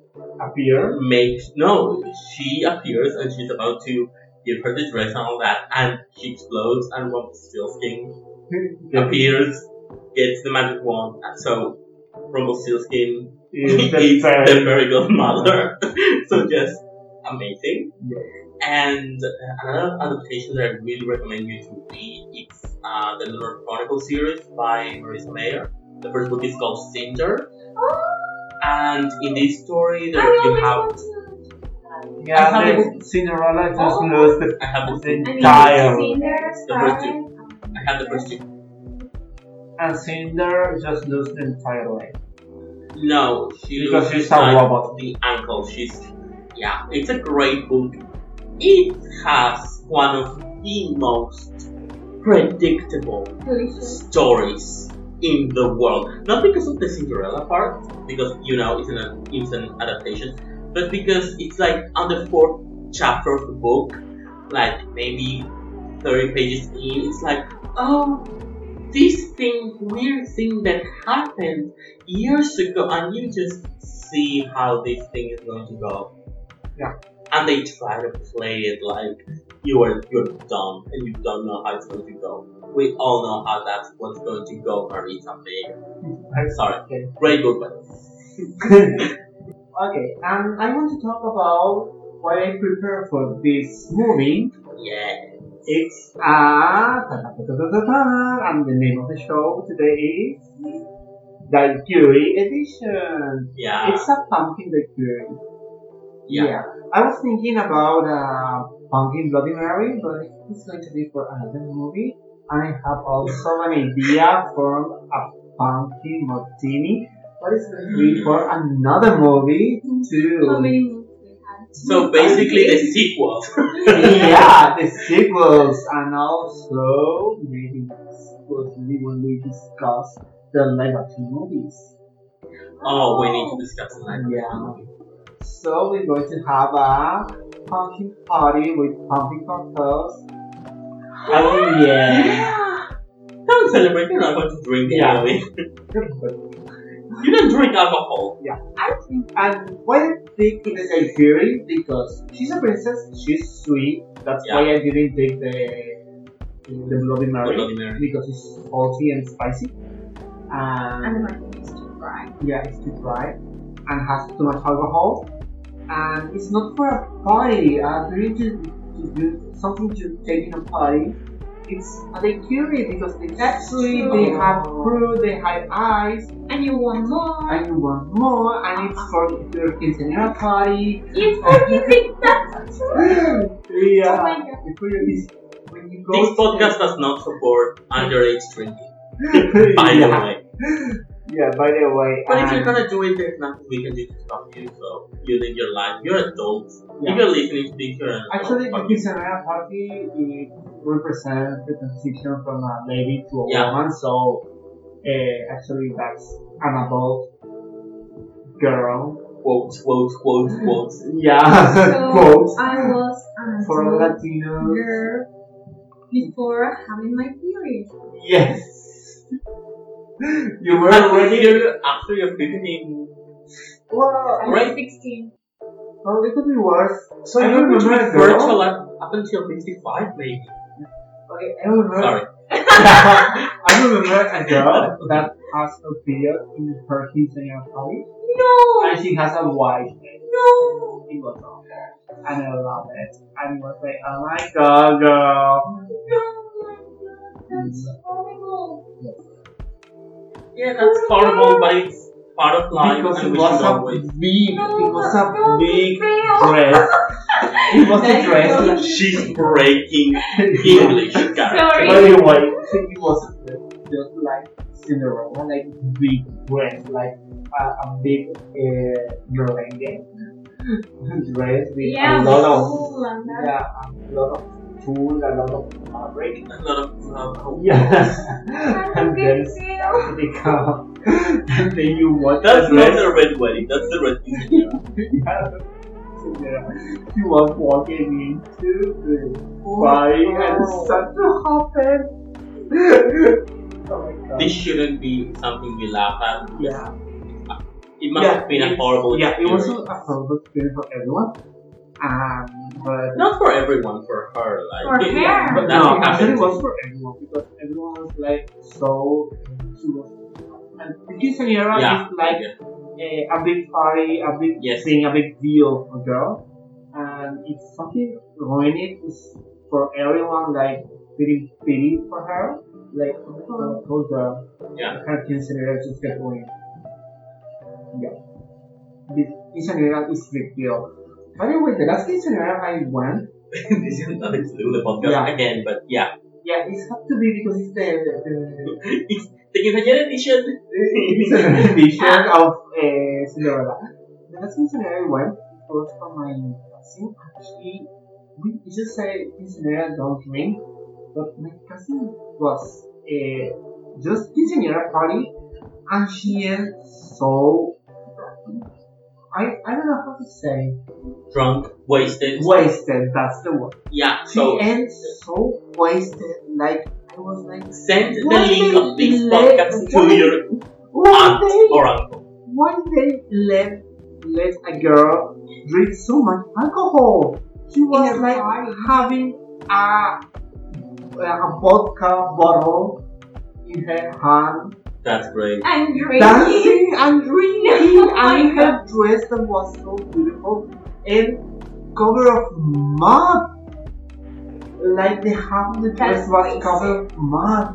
Appear.
make no. She appears and she's about to give her the dress and all that, and she explodes and Rumpelstiltskin appears, gets the magic wand, and so Rumpelstiltskin
Is
is
the
the fairy godmother. so just amazing.
Yeah.
And uh, another adaptation that I really recommend you to read is uh, the Lunar Chronicle series by Marissa Mayer. The first book is called Cinder,
Oh,
and in this story,
I
there you
always
have
want to.
I have
Yeah,
a
there's Cinderella just
Oh.
lost the
I have books
The
in-
I mean,
Dire.
Cinder,
The first
Scarlet,
I have the first two.
and Cinder just lost the entire leg.
No, she
Because she's
she's
a robot.
the ankle. She's yeah, it's a great book. It has one of the most predictable
um, Delicious.
stories in the world. Not because of the Cinderella part, because you know it's an it's an adaptation, but because it's like on the fourth chapter of the book, like maybe thirty pages in, it's like oh, this thing weird thing that happened years ago, and you just see how this thing is going to go.
Yeah.
And they try to play it like you are you're dumb and you don't know how it's going to go. We all know how that's what's going to go, Marisa Mayer.
I'm
Sorry,
Okay.
great book, but
Okay, and I want to talk about what I prepare for this movie.
yeah,
It's ah, ta-ta-ta-ta-ta-ta, and the name of the show today is Valkyrie Edition.
yeah,
It's a pumpkin Valkyrie.
yeah.
I was thinking about uh, Pumpkin Bloody Mary, but it's going to be for another movie. I have also an idea for a Pumpkin Martini, but it's going to be for another movie
How
too.
many moves we had?
So basically, the sequel.
yeah, the sequels, and also maybe the sequels maybe when we discuss the live action movies.
Oh, we need to discuss it. later.
Yeah. So we're going to have a pumpkin party with pumpkin cocktails. Oh yeah.
Yeah.
Don't celebrate. You're not going to drink
Yeah.
anyway. You don't drink alcohol.
I think
and why did they take the Nigerian? Because she's a princess, she's sweet. That's
Yeah.
why I didn't take the the Bloody Mary
Bloody Mary.
because it's salty and spicy.
and the market is too bright.
yeah, it's too dry and has too much alcohol. And it's not for a party. Uh, you need to, to do something to take in a party. It's a daiquiri because they have
That's
sweet,
true.
they have fruit, they have ice,
And you want more.
and you want more, and it's for your quinceanera party.
you fucking think that's true. Oh
yeah.
my god.
Before you, when you go
This
to-
podcast does not support underage drinking. By the
yeah.
way,
yeah, by the way.
but if
and-
you're gonna do it, there's nothing we can do to stop you. So you live your life. You're adults.
Yeah.
If you're listening to this, you're an adult.
Actually, the
Fuck you.
Quinceanera party it represents the transition from a lady to a
Yeah.
woman, so uh, actually that's an adult girl.
quotes, quotes, quotes,
Mm-hmm.
quotes.
Yeah,
So
quotes
I was an
for
adult
Latinos.
girl before having my period.
Yes, you were
I
already.
already here after your 15.
Well,
I
I-
was
Right.
16.
well, Oh, it could be worse.
So
I
you
remember
remember
a girl.
virtual up, up until 55, maybe.
Okay, I remember.
Sorry.
I remember a girl that has a beard in her quinceanera party,
No!
and she has a white hair.
No!
It was awful. And I love it. And it was like, oh my god, girl.
No! My god, that's horrible.
Yeah, that's horrible, but it's part of life,
Because
and
it
we should
was
always.
a big, it was
No,
a big
fail.
dress. It was a
Thank
dress.
God.
like-
She's breaking English, guys.
By
Sorry.
the way, it was a dress just like Cinderella, like big dress, like a, a big uh, merengue dress with
Yeah,
a lot of
cool and that.
yeah, a lot of tool, a lot of fabric.
A lot of love hope.
Yeah.
I'm
and then
good too.
they come up. and then you watch
That's
the
not
rest.
the red wedding. That's the red quinceañera.
He was walking into the body and something happened. oh my god.
This shouldn't be something we laugh at.
yeah.
It must
Yeah,
have been a
it-
horrible
Yeah, it
experience.
was a horrible experience for everyone. Um, but
Not for everyone, for her. Like,
For
it-
her.
But
But
that's
no, actually,
what happened.
it was for everyone because everyone was like so. She was, and the quinceanera
Yeah.
is like
yeah.
a, a big party, a big
Yes.
thing, a big deal for girls, and it fucking ruined it was- for everyone. Like feeling pity for her, like oh my god, poor girl.
Yeah.
her quinceanera just got ruined. Yeah, the quinceanera is big deal. By the way, the last quinceanera I went.
this has nothing to do with the podcast
Yeah.
again, but yeah.
Yeah, it's have to be because it's the, the,
It's the quinceañera edition.
it's an edition of uh, Cinderella. The last Cinderella one was from my cousin. Actually, we we just say Cinderella don't drink, but my cousin was uh, just Cinderella party, and she is so. I, I don't know how to say
Drunk, wasted.
wasted. That's the word.
Yeah,
She
so
ends so wasted. Like I was like,
send the
Why
link of
they
this
let-
podcast
why-
to your
what?
aunt or uncle.
why they let let a girl drink so much alcohol? She was
a
like having a a vodka bottle in her hand,
That's great.
I'm drinking.
dancing and drinking,
Oh my
and her dress that was so beautiful, and cover of mud. Like the half of the dress
That's
was
crazy.
covered of mud,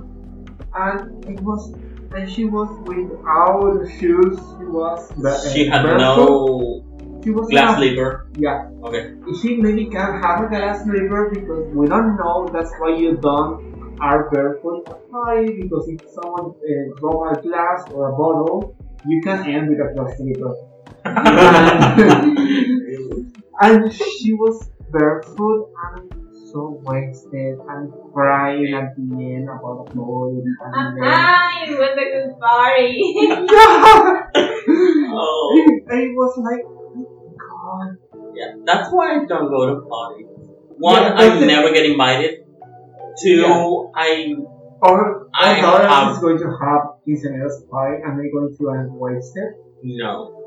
and it was. And she was without shoes. She was.
She had
barefoot.
no
She was
glass
not.
liver.
Yeah.
Okay.
She maybe can have a glass liver because we don't know. That's why you don't are barefoot at party because if someone uh, throw a glass or a bottle, you can end with a glass liver. and she was barefoot and so wasted and crying at the end about the boy. And then-
Ah, it was a good party.
Oh,
and it was like, oh God.
yeah. That's why I don't go to parties. One,
Yeah,
I
but the-
never get invited. Two,
Yeah.
I
Or
I
I thought I
have-
was going to have this and else pie and they're going to end waste it.
no.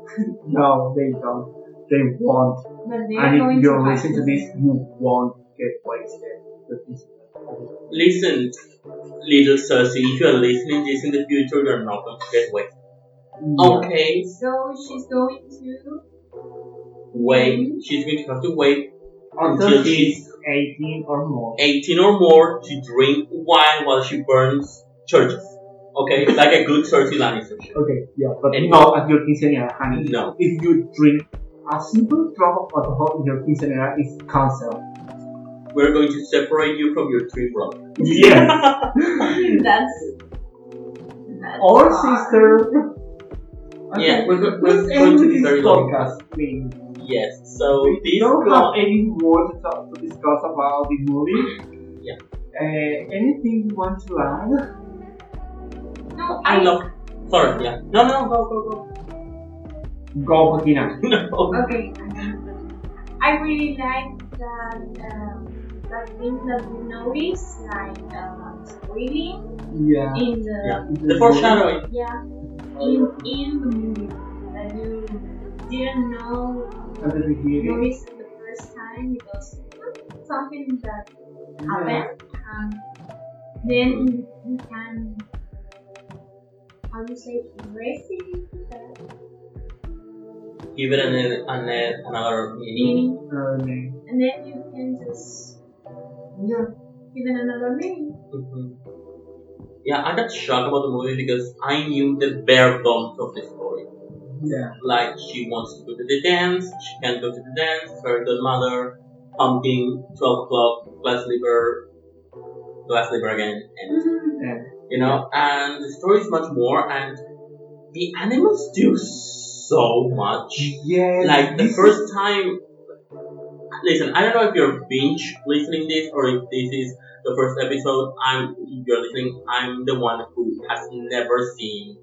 No, they don't. They won't.
But they are
And
going
if
to
you listen to
fight.
this, you won't get wasted. But this-
Listen, little Cersei, if you're listening this in the future, you're not going to get wet. Okay,
So she's going to.
wait. She's going to have to wait
Until
Until
she's 18 or more.
18 or more to drink wine while she burns churches. Okay, like a good Cersei Lannister. should.
Okay, yeah, but
And-
not at your quinceanera, honey.
No.
If you drink a simple drop of alcohol in your quinceanera, is cancer.
We're going to separate you from your three brothers.
Yes!
That's. that's
or
hard.
sister. Okay,
Yeah, we're go- we're
let's
going
end
to be
this
very long.
podcast, please.
Yes, so
We
this
don't
go-
have any more to, talk, to discuss about the movie.
Yeah.
Uh, anything you want to add?
No,
I
I
love. Sorry, yeah. No, no, go, go, go.
Go, Martina.
No.
Okay. I really like that um, that thing that we noticed, like uh, spoiling
Yeah.
in the
Yeah. The foreshadowing.
yeah in in the movie that you didn't know
At the beginning.
notice it the first time because something that happened and then you can how do you say erase it that
Give it an, an, another meaning.
meaning
Um,
and then you can just
yeah.
give it another meaning.
Mhm. Yeah, I got shocked about the movie because I knew the bare bones of the story.
Yeah.
Like, she wants to go to the dance, she can't go to the dance, her godmother, pumpkin, 12 o'clock, glass liver, glass liver again, and, you know, and the story is much more, and the animals do so much.
Yes.
Like, the
this is-
first time, listen, I don't know if you're binge listening this or if this is the first episode, I'm you're listening. I'm the one who has never seen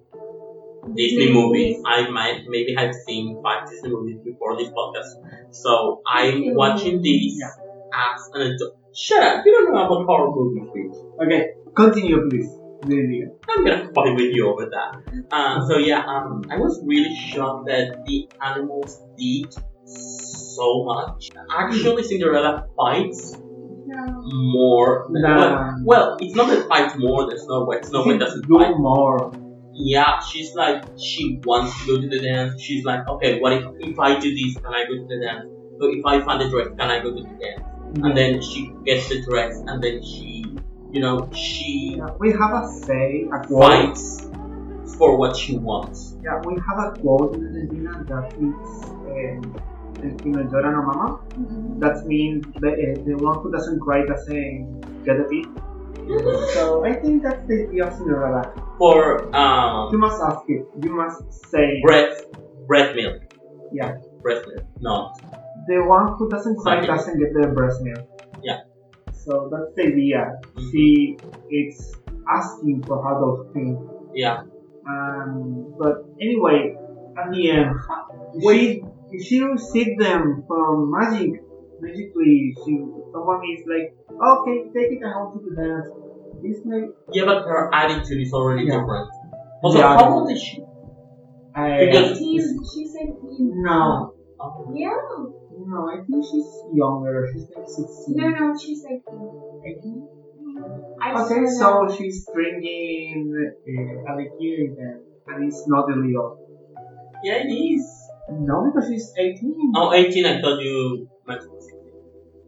Disney movies. I might maybe have seen five Disney movies before this podcast. So I'm
Disney
watching these
Yeah.
as an adult. Shut up! You don't know about horror movies, please.
Okay, continue, please. Lilia.
I'm gonna fight with you over that. Uh, so yeah, um, I was really shocked that the animals did so much. Actually, Cinderella fights
No.
more. Than, well,
Nah.
well, it's not that fights more than Snow White. Snow White doesn't
do
fight.
more.
Yeah, she's like she wants to go to the dance. She's like, okay, what if if I do this, can I go to the dance? So if I find the dress, can I go to the dance? And then she gets the dress, and then she, you know, she
Yeah, we have a say, a quote.
fights for what she wants.
Yeah, we have a quote in Argentina that it's um, el que no llora no mama. That means the, uh, the one who doesn't cry doesn't get a beat. So I think that's the idea of Cinderella.
For um,
You must ask it. You must say
breast breast milk.
Yeah.
Breast milk. No.
the one who doesn't cry
Sorry.
doesn't get the breast milk.
Yeah.
So that's the idea. She it's asking for her those things.
Yeah.
Um, but anyway, at the end,
Wait.
she, she received them from magic. Magically, she someone is like, okay, take it and I'll do the dance. This night,
Yeah, but her attitude is already
Yeah.
different. Also,
Yeah.
how old is she?
I,
Because-
Eighteen. She's eighteen.
no,
Yeah.
no, I think she's younger. She's like 16.
No, no. She's eighteen. I
Okay,
saw
so
that.
she's drinking uh, Alikiri then, and it's not illegal.
Yeah, it is.
No, because she's 18.
Oh, 18, I thought you meant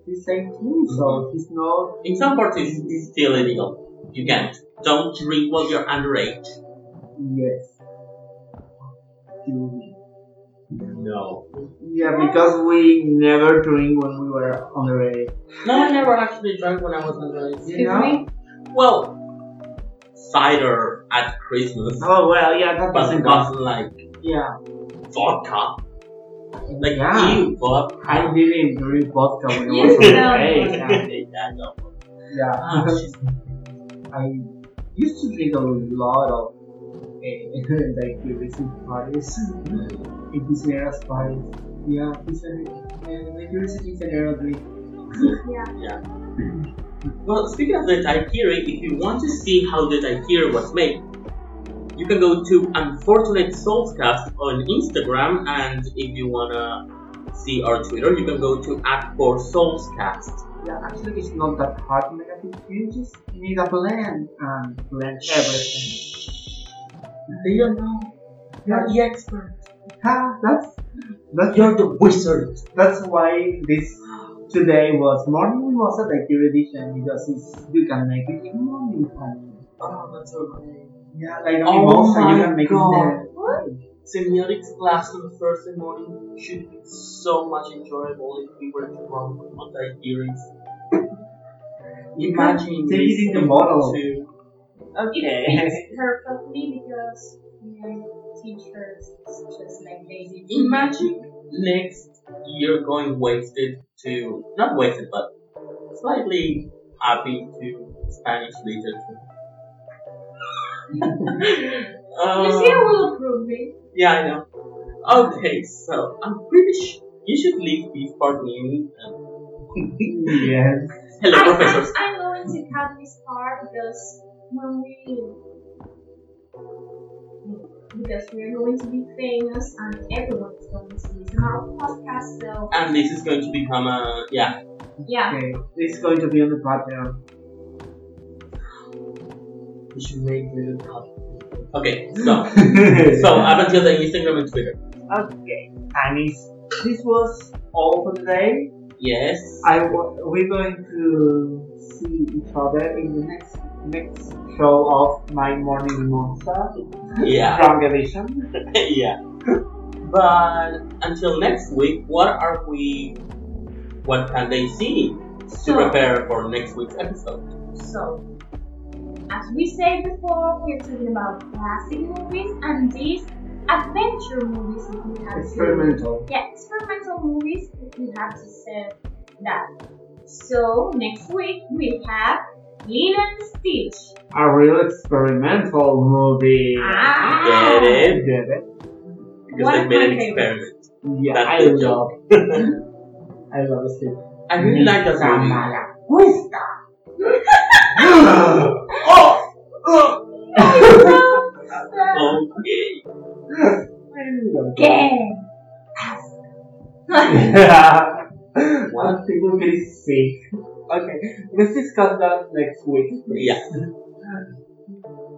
She's 18, so she's not.
In some parts, it's, it's still illegal. You can't. Don't drink while you're underage.
Yes. Mm.
No.
Yeah, because we never drink when we were underage.
No, I never actually drank when I was underage.
You
Excuse
know?
me?
Well, cider at Christmas,
Oh well, yeah, that
but
doesn't
it
count.
wasn't like
Yeah.
vodka. Like
Yeah.
ew, vodka.
I didn't drink vodka when I
You
was
know.
underage.
I know.
Yeah. yeah. I used to drink a lot of uh, like the recent parties, in Disney's parties. Yeah, Disney, uh, like the recent Disney's drink.
Yeah.
Well, speaking of the daiquiri, if you want to see how the daiquiri was made, you can go to Unfortunate Soulscast on Instagram, and if you wanna see our Twitter, you can go to at for Soulscast.
Yeah, actually, it's not that hard to make a drink. You just need a blend and blend everything.
They don't know.
You're
the expert.
Yeah, that's that's
You're the wizard.
that's why this today was morning was a daiquiri edition because it's, you can make it in morning time.
Oh, that's so great.
Yeah, like a
Oh
mimosa, you
my
can make
God.
it in
What?
Semiotics class on Thursday morning should be so much enjoyable if we were drunk on daiquiris.
You can
Imagine
take it in the
listening
bottle.
to-
It fits perfectly because my teachers is just like lazy.
Imagine next year going wasted to not wasted but slightly happy to Spanish literature.
You
Uh,
see, I will approve it.
yeah, I know. Okay, so I'm pretty sure you should leave this part in. Uh,
there. Yes.
hello,
I,
professors.
I, I'm going to cut this part because when we because we are going to be famous and everyone's going to listen our podcast. So
And this is going to become a yeah.
yeah,
Okay, this is going to be on the Patreon.
We should make it up. Okay, so so uh, up until the Instagram and Twitter.
okay, and it's, this was all for today.
Yes.
I wa- we're going to see each other in the next next show of my morning monster
Yeah.
drunk edition.
yeah. But until next week, what are we? What can they see to
So-
prepare for next week's episode?
so as we said before, we're talking about classic movies and these adventure movies if we have to
Experimental.
yeah, experimental movies if we have to say that. So next week we have Lilo and Stitch.
A real experimental movie.
Ah,
Get it?
You Get it?
Because
One
they
of
made
my
an
favorites.
experiment.
Yeah,
That's
I
the
love.
joke.
I love it.
I really like that movie.
oh! Oh!
Okay.
Again.
yeah. Well, people get sick. Okay, let's discuss that next week.
Yeah.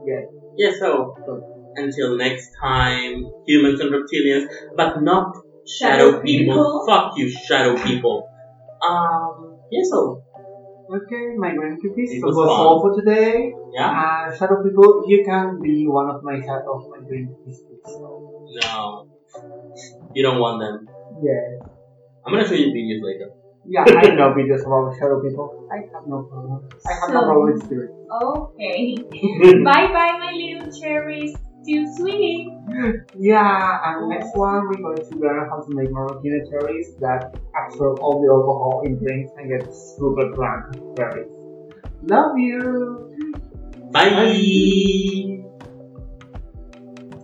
Yeah.
Yeah, so until next time, humans and reptilians, but not shadow,
Shadow
people.
people.
Fuck you, shadow people. Um, yeah, so,
Okay, my grand cookies.
It
That
was
was
fun.
all for today.
yeah?
Uh, shadow people, you can be one of my shadow of my grand cookies. So.
No. You don't want them.
Yeah.
I'm gonna show you videos later.
Yeah, I know videos about shadow people. I have no problem. I have no
So-
problem with spirit.
Okay. bye bye, my little cherries. Still sweet.
Yeah, and next one we're going to learn how to make maraschino cherries that absorb all the alcohol in drinks and get super drunk cherries. Love you!
Bye.